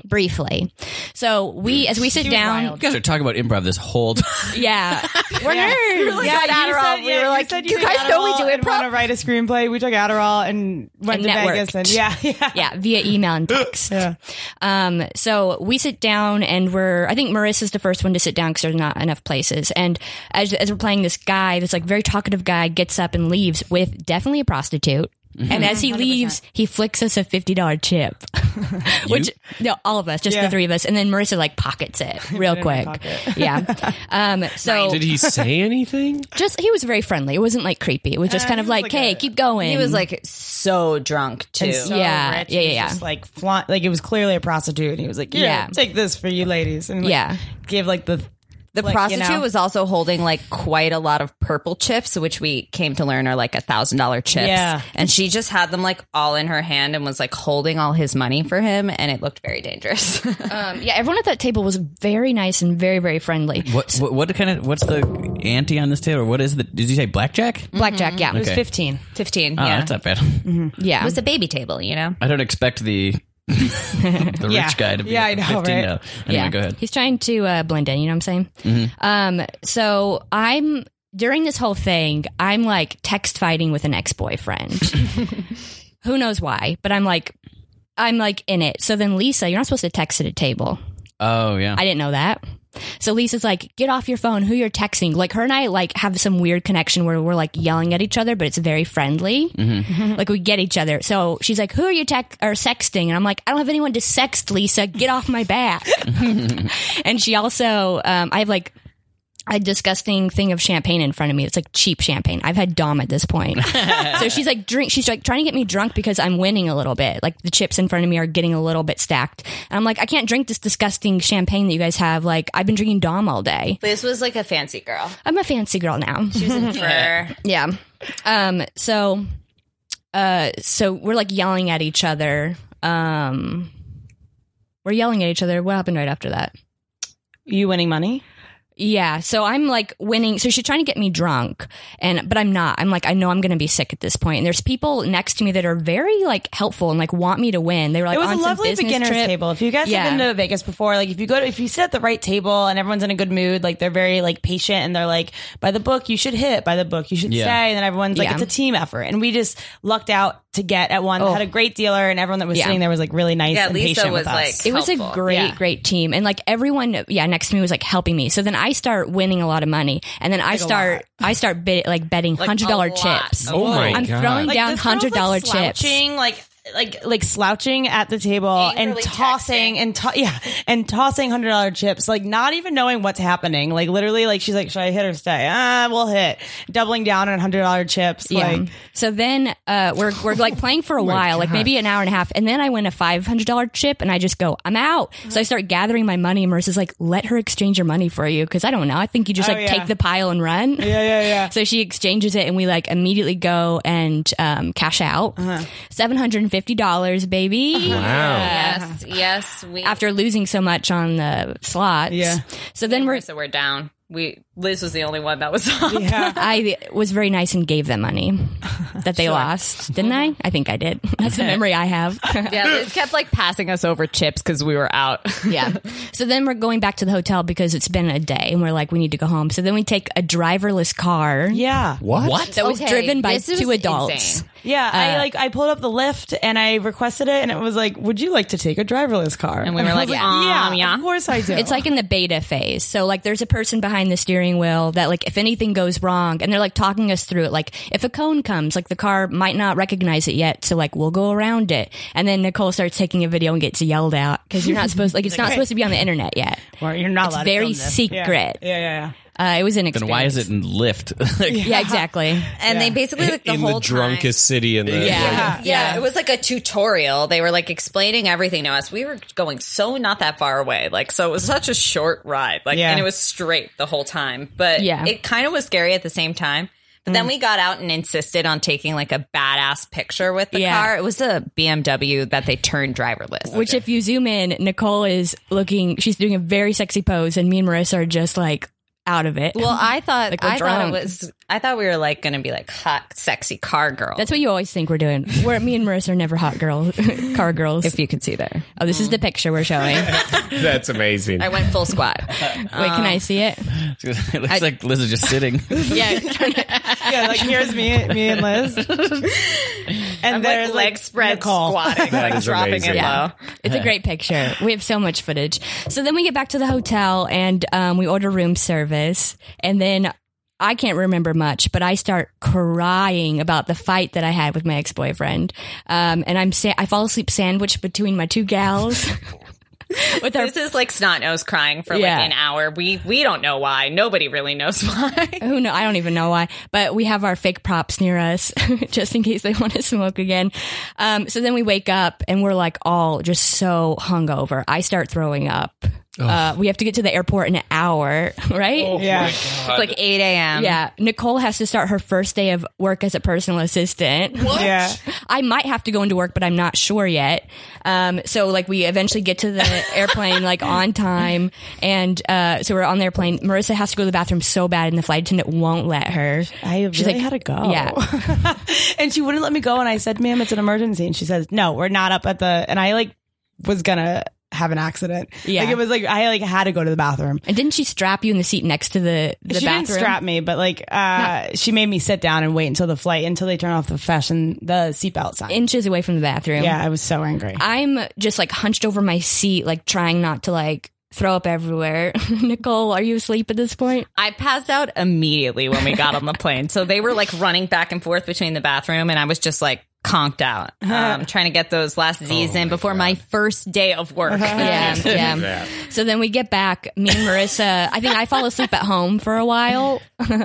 briefly. So we, as we sit down,
You guys are talking about improv this whole time.
yeah, we're nerds.
yeah, you
Adderall.
said,
We
yeah,
were
you
like,
said
"You
took
guys know we do
Adderall and
improv?"
Want to write a screenplay? We took Adderall and went
And
to
networked.
Vegas and yeah, yeah.
yeah, via email and text. Um, so we sit down and we're, I think Marissa's the first one to sit down because there's not enough places. And as, as we're playing, this guy, this like very talkative guy gets up and leaves with definitely a prostitute. And as he leaves, he flicks us a fifty dollar chip, which no, all of us, just the
Yeah.
three of us, and then Marissa like pockets it real quick. Yeah. Um, so
Did he say anything?
just he was very friendly. It wasn't like creepy. It was just kind of like, hey, keep going.
He was like so drunk too.
So
Yeah,
rich.
yeah,
He
yeah,
was
yeah.
Just like flaunt, like it was clearly a prostitute, and he was like, "Yeah,
Yeah.
take this for you ladies," and like,
Yeah.
give like the
The
like, you
prostitute
know.
was also holding like quite a lot of purple chips, which we came to learn are like a thousand dollar chips.
Yeah.
And she just had them like all in her hand and was like holding all his money for him. And it looked very dangerous.
um, yeah. Everyone at that table was very nice and very very friendly.
What, what what kind of what's the ante on this table? What is the? Did you say blackjack?
Blackjack, yeah,
Mm-hmm. Okay.
15.
15.
Oh,
yeah.
that's not bad.
yeah.
it was a baby table, you know?
I don't expect the the
Yeah.
rich guy to be
Yeah,
like
I know,
fifteen.
right?
now. Anyway, go ahead. Mm-hmm.
He's trying to uh, blend in. You know what I'm saying? Um, so I'm during this whole thing, I'm like text fighting with an ex boyfriend. Who knows why? But I'm like, I'm like in it. So then Lisa, you're not supposed to text at a table.
Oh yeah.
I didn't know that. So Lisa's like, get off your phone. Who you're texting? Like her and I like have some weird connection where we're like yelling at each other, but it's very friendly. Like we get each other. So she's like, who are you text or sexting? And I'm like, I don't have anyone to sext, Lisa. Get off my back. and she also, um, I have like a disgusting thing of champagne in front of me. It's like cheap champagne. I've had Dom at this point. so she's like drink she's like trying to get me drunk because I'm winning a little bit. Like the chips in front of me are getting a little bit stacked. And I'm like, I can't drink this disgusting champagne that you guys have. Like I've been drinking Dom all day.
This was like a fancy girl.
I'm a fancy girl now.
She was in fur.
Yeah. Um so uh so we're like yelling at each other. Um we're yelling at each other. What happened right after that?
You winning money?
Yeah. So I'm like winning. So she's trying to get me drunk and, but I'm not. I'm like, I know I'm going to be sick at this point. And there's people next to me that are very like helpful and like want me to win. They were like,
It was a
on some
lovely
business
beginner's
trip.
table. If you guys
Yeah.
have been to Vegas before, like if you go to, if you sit at the right table and everyone's in a good mood, like they're very like patient and they're like, by the book, you should hit, by the book, you should
Yeah.
stay. And then everyone's like,
Yeah.
it's a team effort. And we just lucked out to get at one that
Oh.
had a great dealer and everyone that was
Yeah.
sitting there was like really nice
Yeah,
and
Lisa
patient
was
with us.
like-
It was a
helpful.
great,
Yeah.
great team. And like everyone, yeah, next to me was like helping me. So then I start winning a lot of money. And then I start, I start bid, like betting
Like,
$100
a lot.
chips.
Oh
my
I'm
God.
throwing
Like,
down
this girl's,
$100
like,
chips.
slouching, like like like slouching at the table and
Angrily
tossing
texting.
and to- yeah and tossing hundred dollar chips like not even knowing what's happening like literally like she's like should I hit or stay ah we'll hit doubling down on hundred dollar chips like
So then uh, we're we're like playing
Oh
for a while, like maybe an hour and a half, and then I win a five hundred dollar chip, and I just go, I'm out. So I start gathering my money. and Marissa's like, let her exchange your money for you, because I don't know. I think you just
Oh,
like
yeah.
take the pile and run.
yeah yeah yeah
So she exchanges it, and we like immediately go and um, cash out
Uh-huh.
seven hundred and fifty dollars, baby.
Wow.
Yes, yes. We
After losing so much on the slots,
Yeah.
So then we're.
so we're down. We Liz was the only one that was up.
yeah.
I was very nice and gave them money that they lost, didn't I? I think I did. That's the memory I have.
Yeah, Liz kept like passing us over chips because we were out.
yeah. So then we're going back to the hotel because it's been a day and we're like, we need to go home. So then we take a driverless car
yeah
What?
that was
Okay,
driven by
this is
two adults.
insane.
yeah
Uh.
I like I pulled up the lift and I requested it and it was like would you like to take a driverless car
And we were
I
like,
was
"Um,
yeah
yeah."
of course I do
It's like in the beta phase. So like there's a person behind the steering wheel that like if anything goes wrong and they're like talking us through it. Like if a cone comes, like the car might not recognize it yet. So like we'll go around it. And then Nicole starts taking a video and gets yelled out because you're not supposed like it's not supposed to be on the internet yet.
Or you're not
it's
allowed to
very
film this.
secret.
yeah yeah yeah
Uh, it was an
Then
experience.
why is it in Lyft? Like,
Yeah, exactly.
And they basically like the
in the
whole time-
drunkest city in the
Yeah.
Yeah, it was like a tutorial. They were like explaining everything to us. We were going so not that far away. Like so it was such a short ride. Like
Yeah.
and it was straight the whole time. But
Yeah. Mm.
it kind of was scary at the same time. But then we got out and insisted on taking like a badass picture with the
Yeah.
car. It was a BMW that they turned driverless.
Which, if you zoom in, Nicole is looking. She's doing a very sexy pose, and me and Marissa are just like out of it.
well, I thought
Like, we're
I thought it
drunk.
was I thought we were like going to be like hot, sexy car girl.
that's what you always think we're doing. We're me and Marissa are never hot girl, car girls.
if you could see there.
oh, this is the picture we're showing. Wait,
That's amazing.
I went full squat.
can
Uh,
I see it?
it looks like Liz is just sitting.
Yeah,
yeah like here's me me and Liz and
I'm
there's
like leg spread
Nicole.
squatting, like
is
dropping
amazing.
it
Yeah.
low.
It's a great picture. We have so much footage. So then we get back to the hotel and um, we order room service. And then I can't remember much, but I start crying about the fight that I had with my ex boyfriend. Um, and I'm sa- I fall asleep sandwiched between my two gals. with our
This is like snot nose crying for
Yeah.
like an hour. We we don't know why. Nobody really knows why.
who know I don't even know why, but we have our fake props near us just in case they want to smoke again. Um, so then we wake up and we're like all just so hungover. I start throwing up. Uh, we have to get to the airport in an hour, right?
yeah
It's like eight a.m.
Yeah, Nicole has to start her first day of work as a personal assistant.
yeah
I might have to go into work, but I'm not sure yet. Um, so like we eventually get to the airplane like on time, and uh, so we're on the airplane. Marissa has to go to the bathroom so bad, and the flight attendant won't let her.
I
She's
really
like,
had to go.
Yeah.
and she wouldn't let me go. And I said, ma'am, it's an emergency. And she says, no, we're not up at the, and I like was gonna have an accident.
Yeah.
Like it was like, I like had to go to the bathroom.
And didn't she strap you in the seat next to the the
she
bathroom?
didn't strap me, but like, uh, she made me sit down and wait until the flight, until they turn off the fashion, the seatbelt sign.
inches away from the bathroom.
yeah. I was so angry.
I'm just like hunched over my seat, like trying not to like throw up everywhere. Nicole, are you asleep at this point?
I passed out immediately when we got on the plane. So they were like running back and forth between the bathroom, and I was just like conked out, um, trying to get those last Z's in before my first day of work.
Yeah, yeah. So then we get back. Me and Marissa. I think I fall asleep at home for a while,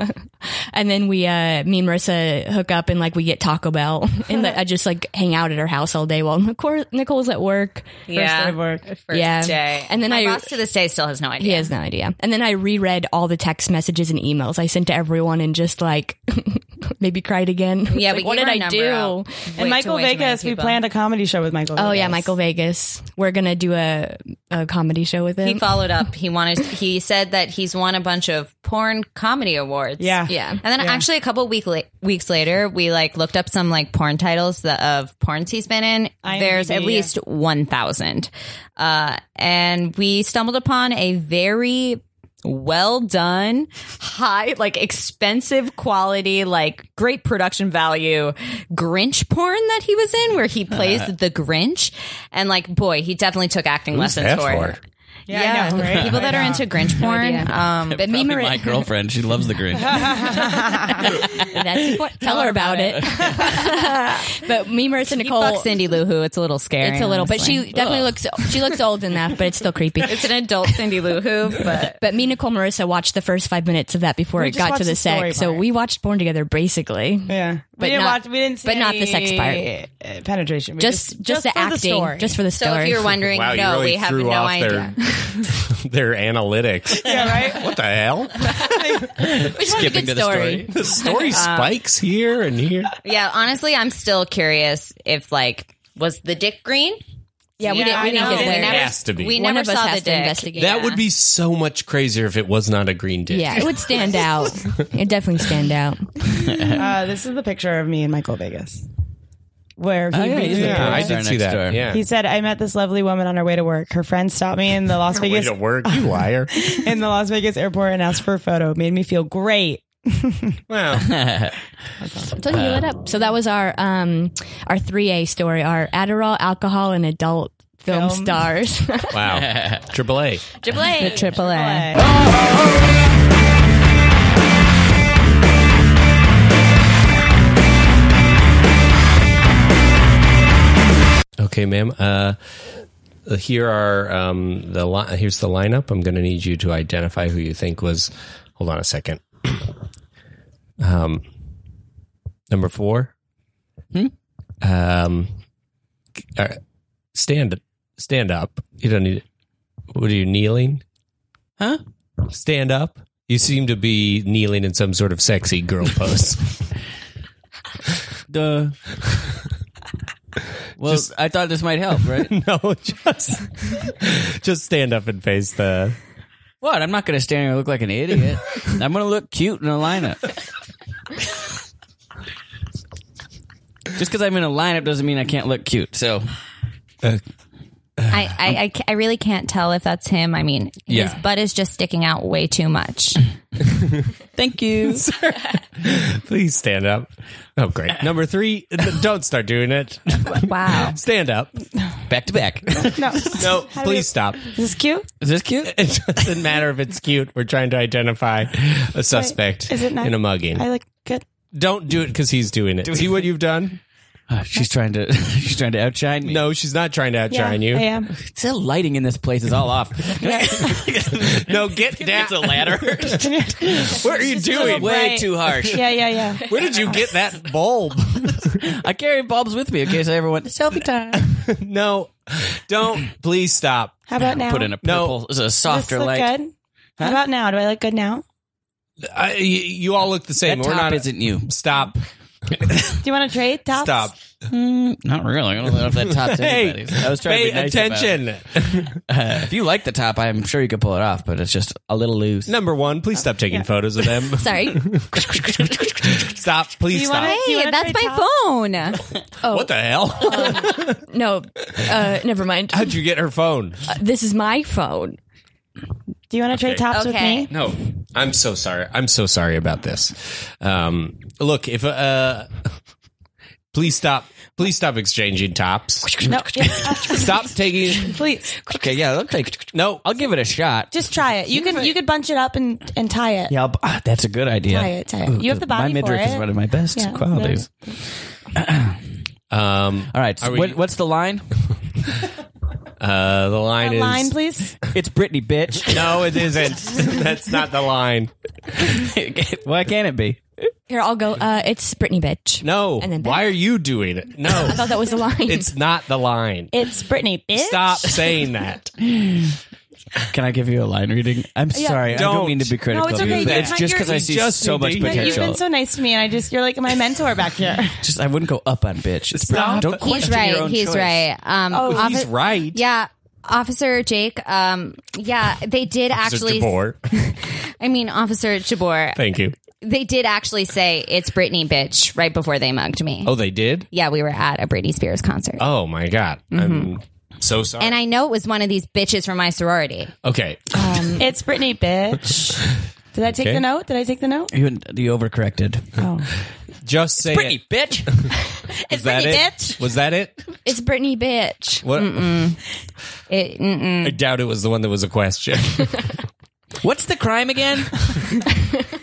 and then we, uh, me and Marissa, hook up and like we get Taco Bell, and like, I just like hang out at her house all day while Nicole, Nicole's at work.
yeah.
First day of work.
First
Yeah.
day.
And then
my
I-
boss to this day still has no idea.
He has no idea. And then I reread all the text messages and emails I sent to everyone, and just like maybe cried again.
Yeah,
Like,
but
what
you
did
were
I
number
do?
out. Way
And Michael
too- way too many
Vegas, we
people.
planned a comedy show with Michael.
Oh
Vegas.
yeah, Michael Vegas. We're gonna do a, a comedy show with him.
He followed up. He wanted. He said that he's won a bunch of porn comedy awards.
Yeah.
Yeah.
And then actually a couple week la- weeks later, we like looked up some like porn titles that, of porns he's been in.
IMDb,
There's at
yeah.
least one thousand, uh, and we stumbled upon a very well done, high like expensive quality, like great production value Grinch porn that he was in, where he plays
Uh-huh.
the Grinch, and like boy, he definitely took acting lessons
that
for
for?
it.
Yeah, I know, right?
people that are into Grinch porn. um,
but me,
Probably
Mari-
my girlfriend. She loves the Grinch.
that's important. Tell her about it. but me, Marissa, and Nicole.
fuck Cindy Lou Who. It's a little scary.
It's a little, but
honestly.
she definitely looks. She looks old enough, but it's still creepy.
It's an adult Cindy Lou Who, but
But me, Nicole, Marissa watched the first five minutes of that before
We
it
just
got to
watched
the,
the story
sex. So
part.
we watched porn together, basically.
Yeah, we
But
didn't
not-
watch. We didn't see
but not the sex
any, uh, Penetration. We
Just, just, the
for
acting,
story.
just for the
so
story.
if you're wondering,
Wow, you
no,
really
we have
threw
no
off
idea.
their analytics.
yeah, right.
What the hell?
Which was a
Skipping to
good
the story.
The
Uh,
story spikes here and here.
yeah, honestly, I'm still curious if like was the dick green?
Yeah, we didn't.
I
We didn't
know.
get there.
We never,
has to be.
We
One
never
of us
saw
has
the
to
dick.
investigate.
That would be so much crazier if it was not a green dick.
Yeah, it would stand out. It definitely stand out.
Uh, this is the picture of me and Michael Vegas, where he,
Oh, yeah, he's the
Yeah, I
porn star
did see
next
that.
door.
Yeah.
he said, "I met this lovely woman on her way to work. Her friend stopped me in the Las
Way
Vegas
to work, you liar.
in the Las Vegas airport and asked for a photo. Made me feel great.
Wow.
So you lit up. So that was our um our three A story: our Adderall, alcohol, and adult film,
Film.
stars.
Wow. Triple A.
Triple A.
Okay, ma'am. Uh, here are um, the li- here's the lineup. I'm going to need you to identify who you think was. Hold on a second. um, number four. Hmm? Um, all right. stand stand up. You don't need. What are you kneeling?
Huh?
Stand up. You seem to be kneeling in some sort of sexy girl pose.
Duh. Well, I thought this might help, right?
no, just just stand up and face the.
what? I'm not going to stand here and look like an idiot. I'm going to look cute in a lineup. Just because I'm in a lineup doesn't mean I can't look cute. So
Uh,
I, I, I, ca- I really can't tell if that's him. I mean, his
Yeah.
butt is just sticking out way too much.
thank you.
Please stand up. Oh, great. Number three, don't start doing it.
Wow.
Stand up.
Back to back. Is
No,
No, please stop.
is this cute?
this cute?
It doesn't matter if it's cute. We're trying to identify a suspect
Is it not?
in a mugging.
I look good.
don't do it because he's doing it. See what you've done?
Uh, she's trying to. She's trying to outshine me.
No, she's not trying to
Yeah,
outshine you.
I am.
the lighting in this place is all off.
No, get down.
It's a ladder.
What are you doing?
Way too harsh.
Yeah, yeah, yeah.
Where did you get that bulb?
I carry bulbs with me in case I ever want selfie time.
no, don't. Please stop.
How about now?
Put in a
No.
purple, it's a
Does
softer
this look
light.
good? How about now? Do I look good now?
I, y- you all look the
That
same. We're
top
not.
isn't you.
Stop.
Do you want to trade tops?
Stop.
Not really. I don't know if that top's anybody's. I was trying
Pay
to be nice about it.
attention.
Uh, if you like the top, I'm sure you could pull it off, but it's just a little loose.
Number one, please stop taking photos of them.
Sorry.
stop, please
You
stop.
wanna- do you
Hey,
wanna
that's
trade
my
tops?
phone.
What the hell?
no, uh, never mind.
How'd you get her phone?
This is my phone.
Do you want to trade tops
Okay.
with me?
No, I'm so sorry. I'm so sorry about this. Um, look, if uh, please stop. Please stop exchanging tops.
No, yeah,
Stop taking.
please.
Okay, yeah, that'll take.
No,
I'll give it a shot.
Just try it. You can you could bunch it up and, and tie it.
Yeah, I'll, ah, that's a good idea.
Tie it, tie it. You have the body
My midriff
for
is
it.
one of my best
Yeah.
qualities.
Um,
All right. So
Are we-
what, what's the line?
uh, the line is
Line, please.
It's Britney, bitch.
no, it isn't. That's not the line.
Why can't it be?
Here, I'll go. Uh, it's Brittany, bitch.
No.
And then back.
Why are you doing it? No,
I thought that was the line.
it's not the line.
It's Brittany. Bitch.
Stop saying that.
Can I give you a line reading? I'm sorry. I don't
Don't.
mean to be critical.
No, it's
of you,
okay.
but
You're
It's
not-
just because I
you're-
see
Just
so much
being mean.
But
potential.
you've been so nice to me, and I just you're like my mentor back here.
just I wouldn't go up on bitch. It's
Stop.
Don't question
He's
your
right.
own
He's
choice.
right. Um,
Oh, he's
offi-
right.
Yeah. Officer Jake, um, yeah, they did actually.
Mr. Jabor.
I mean, Officer Jabor,
Thank you.
they did actually say it's Britney, bitch, right before they mugged me.
Oh, they did.
Yeah, we were at a Britney Spears concert.
Oh my god. I'm so sorry.
Mm-hmm. And Uh, I know it was one of these bitches from my sorority.
okay.
it's Brittany, bitch. Did I take
Okay.
the note? Did I take the note?
You, you overcorrected.
Just say it.
Britney, bitch.
It's
Was that
Brittany,
it?
bitch.
Was that it?
it's Brittany, bitch.
What?
It, mm-mm.
I doubt it was the one that was a question.
What's the crime again?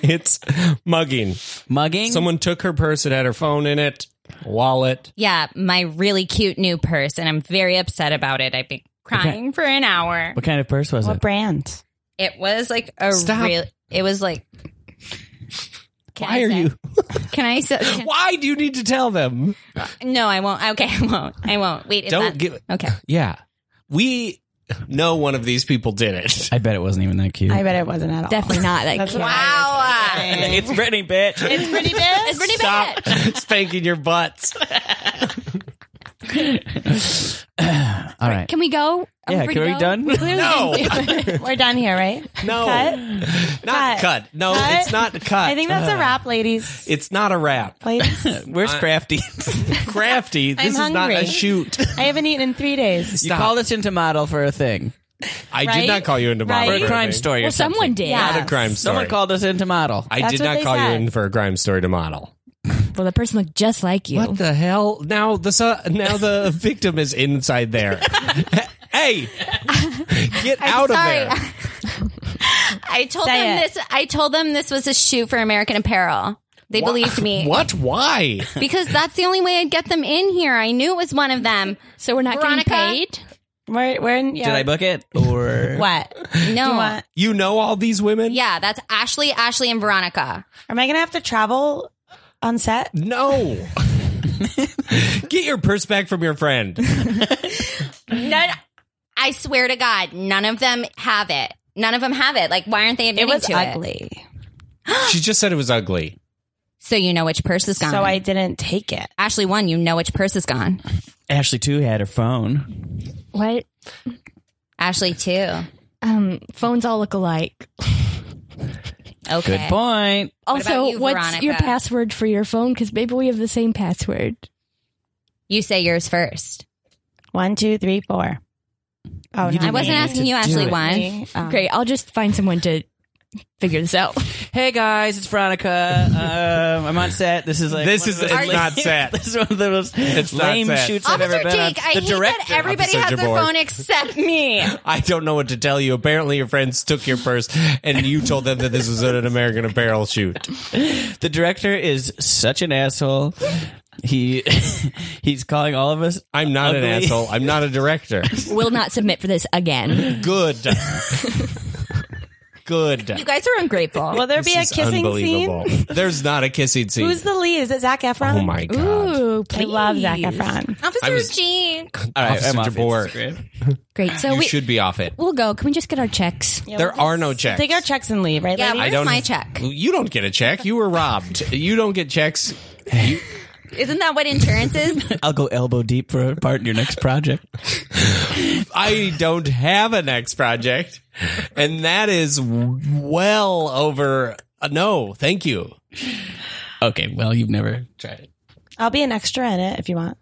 it's mugging.
Mugging.
Someone took her purse. It had her phone in it, wallet.
yeah, my really cute new purse, and I'm very upset about it. I've been crying for an hour.
What kind of purse was
What
it?
brand?
It was like a real. It was like. Can
Why
I
are
say-
you?
Can I say? can-
Why do you need to tell them?
no, I won't. Okay, I won't. I won't. Wait, is
Don't
that-
give it-
Okay,
Yeah, we know one of these people did it.
I bet it wasn't even that cute.
I bet it wasn't at all.
Definitely not that.
That's
cute.
what I was thinking.
it's Britney, bitch.
It's Brittany, bitch.
It's Brittany,
Stop
bitch.
spanking your butts.
All right.
Can we go? Are
Yeah,
free
can
to
we
go?
done?
Clearly
No.
we didn't do it.
We're done here, right?
No,
Cut.
not
Cut.
cut. No,
Cut.
it's not cut.
I think that's a wrap, ladies.
it's not a wrap.
Ladies,
Where's Crafty?
Crafty. This is not a
hungry.
shoot.
I haven't eaten in three days.
you
Stop.
called us into model for a thing.
I
Right?
did not call you into my
Right?
For a crime story or
Well,
something.
someone did.
Yeah.
Not a crime story.
Someone called us into model.
I
That's
did
what
not
they
call you
said.
in for a crime story to model.
Well, the person looked just like you.
What the hell? Now the su- now the victim is inside there. hey, get out
sorry.
of there!
I told
Say
them
it.
this. I told them this was a shoe for American Apparel. They believed me
What? Why?
because that's the only way I'd get them in here. I knew it was one of them.
So we're not
Veronica?
getting paid.
We're, we're in, yeah.
Did I book it or
What? No.
want-
You know all these women?
Yeah, that's Ashley, Ashley, and Veronica.
Am I going to have to travel on set?
No. get your purse back from your friend.
None, I swear to God, none of them have it. None of them have it. Like, why aren't they
It
admitting
was
to it?
ugly.
She just said it was ugly.
So you know which purse is gone.
So I didn't take it.
Ashley one, you know which purse is gone.
Ashley too had her phone.
What?
Ashley two.
Um, phones all look alike.
Okay.
Good point.
What about
Also,
you,
what's
Veronica?
your password for your phone? Because maybe we have the same password.
You say yours first.
One, two, three, four. Oh,
You
no. Oh.
didn't
I wasn't
need
asking
to
you,
do
Ashley
it.
one.
Great. I'll just find someone to figure this out.
Hey guys, it's Veronica. Uh, I'm on set. This is like
This
one
is-
of the
it's
lame-
not set.
This is one of the most
not
lame
set.
shoots I've
Officer
ever been
Jake,
on.
I
the
hate
director.
that everybody
Officer
has their
Jabor.
phone except me.
I don't know what to tell you. Apparently, your friends took your purse, and you told them that this was an American Apparel shoot.
The director is such an asshole. He he's calling all of us.
I'm not an
Ugly.
asshole. I'm not a director.
Will not submit for this again.
Good. Good.
You guys are ungrateful.
Will there be a
This is
kissing scene?
unbelievable. There's not a kissing scene.
Who's the lead? Is it Zach Efron?
oh my god!
Ooh,
I
please.
love Zach Efron.
Officer
I was-
Jake.
All right,
Officer
I'm off
Jabor.
Instagram.
Great. So
Oh,
you
we
should be off it.
we'll go. Can we just get our checks?
there are no checks.
Take our checks and leave, right,
Yeah,
ladies?
where's
don't-
my check?
you don't get a check. You were robbed. You don't get checks.
Isn't that what insurance is?
I'll go elbow deep for a part in your next project.
I don't have a next project, and that is well over. Uh, no, thank you.
Okay, well you've never tried it.
I'll be an extra in it if you want.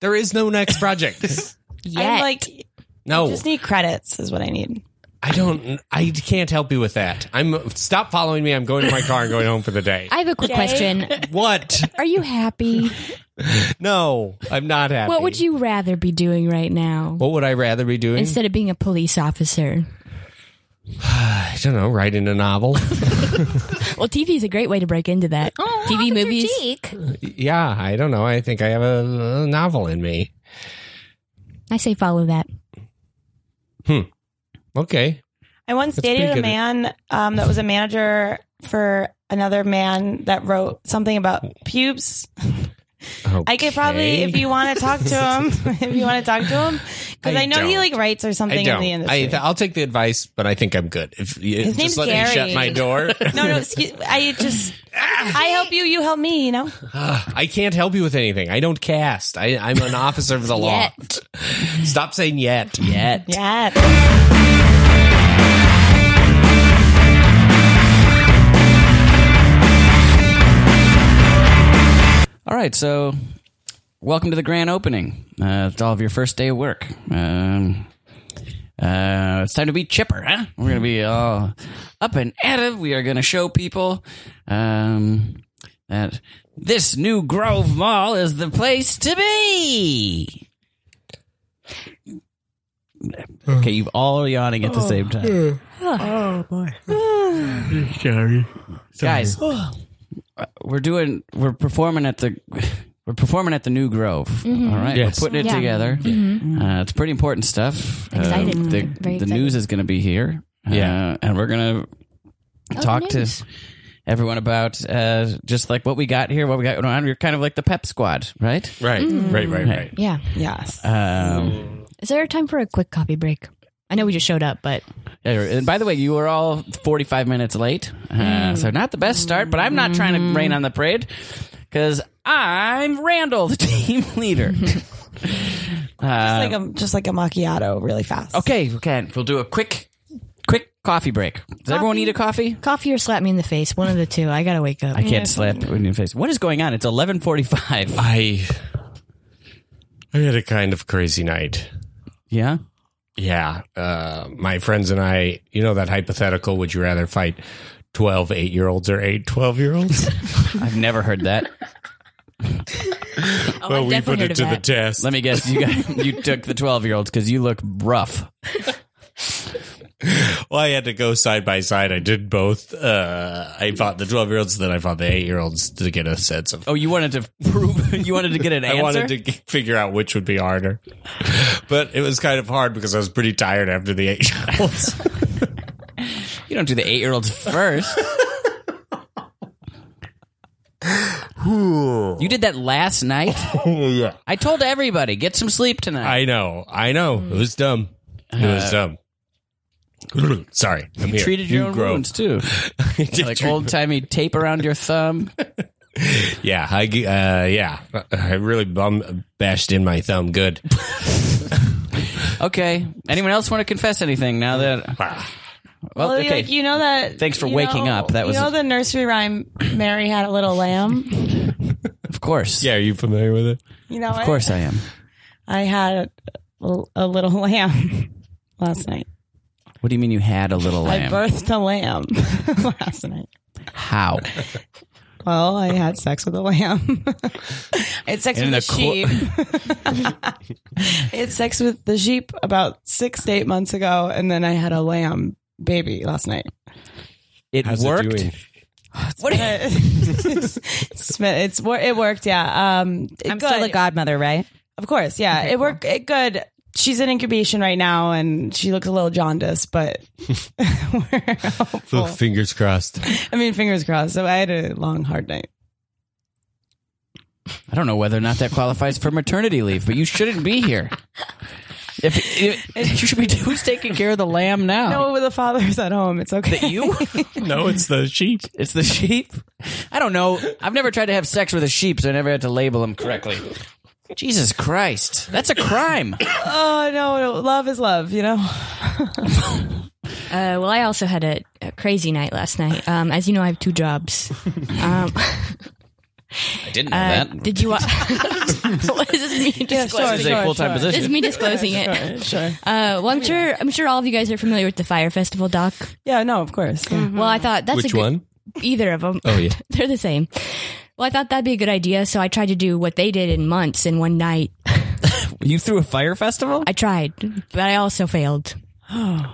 There is no next project.
I'm
Yeah.
like,
No,
just need credits is what I need.
I don't. I can't help you with that. I'm stop following me. I'm going to my car and going home for the day.
I have a quick question.
what?
Are you happy?
No, I'm not happy.
What would you rather be doing right now
What would I rather be doing?
instead of being a police officer?
I don't know, writing a novel.
Well, TV is a great way to break into that.
Oh,
TV movies.
yeah, I don't know. I think I have a, a novel in me.
I say follow that.
Okay.
I once dated
pretty
a
good.
man um, that was a manager for another man that wrote something about pubes. I could probably,
Okay.
if you want to talk to him, if you want to talk to him, because
I
I, know he
don't.
like writes or something
I don't.
in the
I,
industry.
I'll take the advice, but I think I'm good. If you
His
just
name's
let me shut
Gary.
my door,
no, no, excuse, I just, I help you, you help me. You know,
I can't help you with anything. I don't cast. I, I'm an officer of the law. Stop saying yet. Yet.
yeah.
All right, so welcome to the grand opening. Uh, it's all of your first day of work. Um, uh, it's time to be chipper, huh? We're gonna be all up and at it. We are gonna show people um, that this new Grove Mall is the place to be. Okay, you've all yawning at the same time. Oh boy, sorry, guys uh, we're doing we're performing at the we're performing at the new grove all right
Yes.
we're putting it
Yeah.
together uh, it's pretty important stuff Uh,
Excited.
the,
Very
the
excited.
news is going to be here
Yeah.
uh, and we're going to talk to
news.
everyone about uh, just like what we got here what we got going on you're kind of like the pep squad right
Right,
Mm.
right, right, right.
Yeah.
Yes.
um,
Is there time for a quick coffee break? I know we just showed up, but
yeah, Uh, and by the way you were all 45 minutes late uh, so not the best start but i'm not trying to rain on the parade because i'm randall the team leader
Just like a just like a macchiato, really fast.
Um, Okay, we can. We'll do a quick, quick coffee break. Does everyone need a coffee?
coffee or slap me in the face. One of the two. I gotta wake up.
I can't slap it in your face. What is going on? It's eleven forty-five.
I I had a kind of crazy night.
Yeah.
Yeah. Uh, my friends and I, you know that hypothetical, would you rather fight 12 8 year olds or 8 12 year
Oh,
olds?
I've never heard that.
Oh, I've definitely heard of that.
test.
Let me guess. You got you took the twelve-year-olds because you look rough.
Well, I had to go side by side. I did both. Uh, I fought the 12 year olds, then I fought the 8 year olds to get a sense of.
Oh, you wanted to prove. You wanted to get an answer.
I wanted to g- figure out which would be harder. But it was kind of hard because I was pretty tired after the 8 year olds.
you don't do the eight-year-olds first. you did that last night. I told everybody get some sleep tonight.
I know. I know. It was dumb. It was dumb. Sorry. I'm
Uh, you
here.
treated your
You
own
grow.
wounds too.
I did
like
treat-
old timey tape around your thumb.
yeah, I g- uh, yeah, I really bum bashed in my thumb good.
Okay. Anyone else want to confess anything now that?
Ah.
Well,
Well,
okay.
like you know that.
Thanks for
you
waking
know-
up. That was-
you know the nursery rhyme. Mary had a little lamb.
of course.
Yeah, are you familiar with it?
You know,
Of course I am.
I had a, a little lamb last night.
What do you mean you had a little lamb?
I birthed a lamb last night.
How?
Well, I had sex with a lamb. I had sex
In
with
the
a sheep. I had sex with the sheep about six to eight months ago, and then I had a lamb baby last night.
It
How's it
worked.
doing?
What? it's, it's, it's wor- it worked. Yeah. Um,
I'm
good.
still the godmother, right?
Of course. Yeah. it worked. It good. She's in incubation right now, and she looks a little jaundiced, but we're hopeful.
Look, fingers crossed.
I mean, fingers crossed. So I had a long, hard night.
I don't know whether or not that qualifies for maternity leave, but you shouldn't be here. If, if- you should be who's taking care of the lamb now?
No, with the father's at home. It's okay.
That you?
no, it's the sheep.
It's the sheep. I don't know. I've never tried to have sex with a sheep, so I never had to label them correctly. Jesus Christ, that's a crime.
Oh no, no, love is love, you know.
Uh, well, I also had a, a crazy night last night. Um, as you know, I have two jobs. Um,
I didn't know
uh,
that.
did you? Wa- what does this mean?
This is a full-time
This is
position.
me disclosing it. Uh, well, I'm sure. I'm sure all of you guys are familiar with the Fire Festival doc.
Yeah, no, of course.
Well, I thought that's a
Which
good,
one?
Either of them.
Oh, yeah.
they're the same. Well, I thought that'd be a good idea, so I tried to do what they did in months in one night.
You threw a fire festival?
I tried, but I also failed.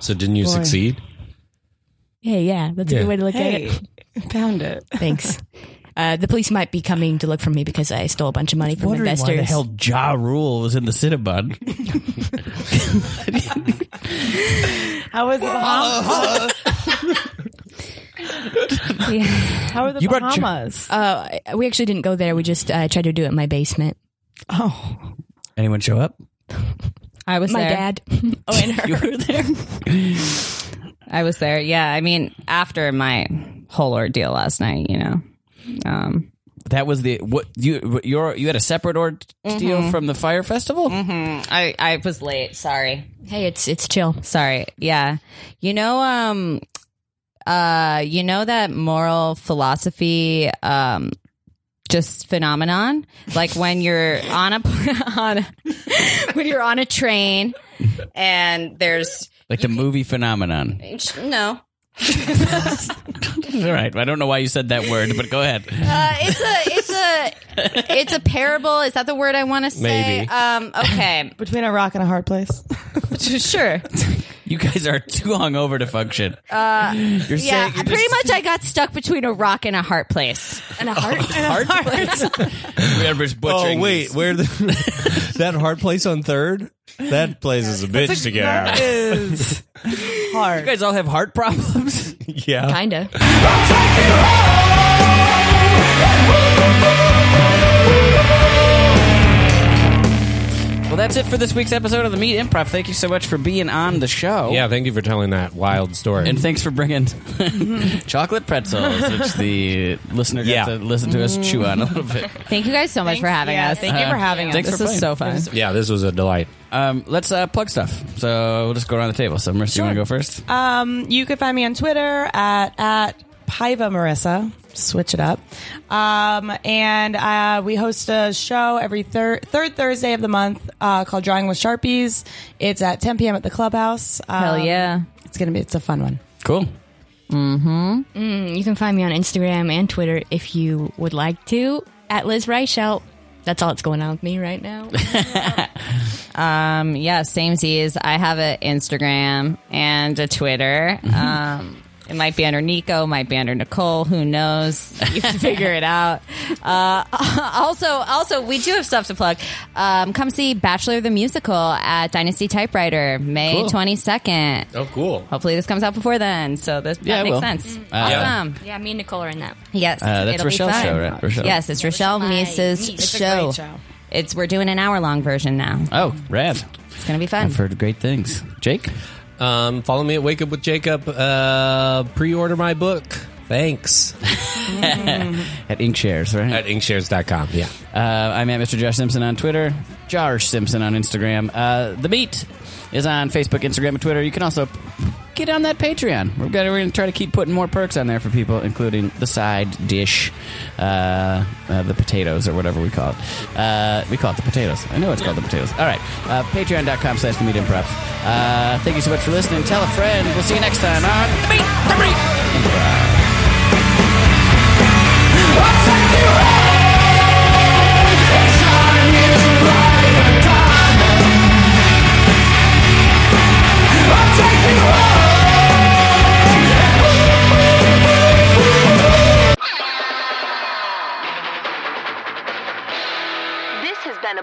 So didn't you succeed?
Hey, yeah, that's a
Yeah.
good way to look
Hey,
at it.
found it.
Thanks. Uh, the police might be coming to look for me because I stole a bunch of money from
wondering
investors.
why the hell Ja Rule was in the Cinnabon.
How was the Bahamas?
Oh.
How are the
You brought your-
Bahamas?
Uh, we actually didn't go there. We just uh, tried to do it in my basement.
oh,
Anyone show up?
I was
my
there.
dad. oh, and her were there.
I was there. Yeah. I mean, after my whole ordeal last night, you know. Um,
That was the what you your you had a separate ordeal from the fire festival.
Mm, I, I was late. Sorry.
Hey, it's it's chill.
Sorry. Yeah. You know, um, uh, you know that moral philosophy, um, just phenomenon, like when you're on a on a, when you're on a train and there's
Like the movie phenomenon.
no,
All right, I don't know why you said that word, but go ahead.
Uh, it's a it's a it's a parable. Is that the word I want to say?
Maybe.
Um, okay.
between a rock and a hard place.
sure.
You guys are too hungover to function. you're
Yeah.
saying you're
pretty
just-
much, I got stuck between a rock and a heart place.
And a heart.
Hard place. Whoever's butchering. these.
Oh, where the, that hard place on third? That place is a bitch to get out. of.
Is hard.
you guys all have heart problems.
Yeah,
Kinda.
well, that's it for this week's episode of the Meat Improv. Thank you so much for being on the show.
yeah. Thank you for telling that wild story.
And thanks for bringing chocolate pretzels, which the listener got
Yeah.
to listen to us chew on a little bit.
Thank you guys so much for having
yeah,
us.
thank you for having
Uh,
us.
Thanks
this
for
was
playing.
so fun.
yeah, this was a delight.
Um, let's uh, plug stuff. So we'll just go around the table. So, Mercy, you want to go first?
Um, you can find me on Twitter at at Paiva Marissa. Switch it up. Um, and uh, we host a show every thir- third Thursday of the month uh, called Drawing with Sharpies. It's at 10 p.m. at the clubhouse. Um,
Hell yeah.
It's gonna be. It's a fun one.
cool.
You can find me on Instagram and Twitter if you would like to at Liz Reichelt. That's all that's going on with me right now.
Um, yeah, same Z's. I have an Instagram and a Twitter.
Mm-hmm.
Um, it might be under Nico, might be under Nicole. Who knows? You can figure it out. Uh, also, also, we do have stuff to plug. Um, come see Bachelor the Musical at Dynasty Typewriter May
Cool.
twenty second.
Oh, cool.
Hopefully, this comes out before then, so this
Yeah, it
that makes
will. Mm.
sense.
Yeah.
awesome.
yeah, me and Nicole are in that.
Yes,
Uh, that's
it'll be
Rochelle's
fun.
show, right? Rochelle.
Yes, it's Rochelle
my
Meese's
niece. It's a
show.
great show.
It's we're doing an hour long version now.
Oh, rad.
It's gonna be fun.
I've heard great things. Jake?
Um, follow me at Wake Up with Jacob. Uh, pre-order my book. Thanks
At Inkshares, right?
at inkshares.com. Yeah.
Uh, I'm at Mr. Josh Simpson on Twitter, Josh Simpson on Instagram. Uh, the Meat is on Facebook, Instagram, and Twitter. You can also p- get on that Patreon. We're gonna, we're gonna try to keep putting more perks on there for people, including the side dish, uh, uh, the potatoes or whatever we call it. Uh, we call it the potatoes. I know it's called the potatoes. All right, uh, Patreon.com/slash The Meat Improv. Uh, thank you so much for listening. Tell a friend. We'll see you next time on The Meat. The Meat.
This has been a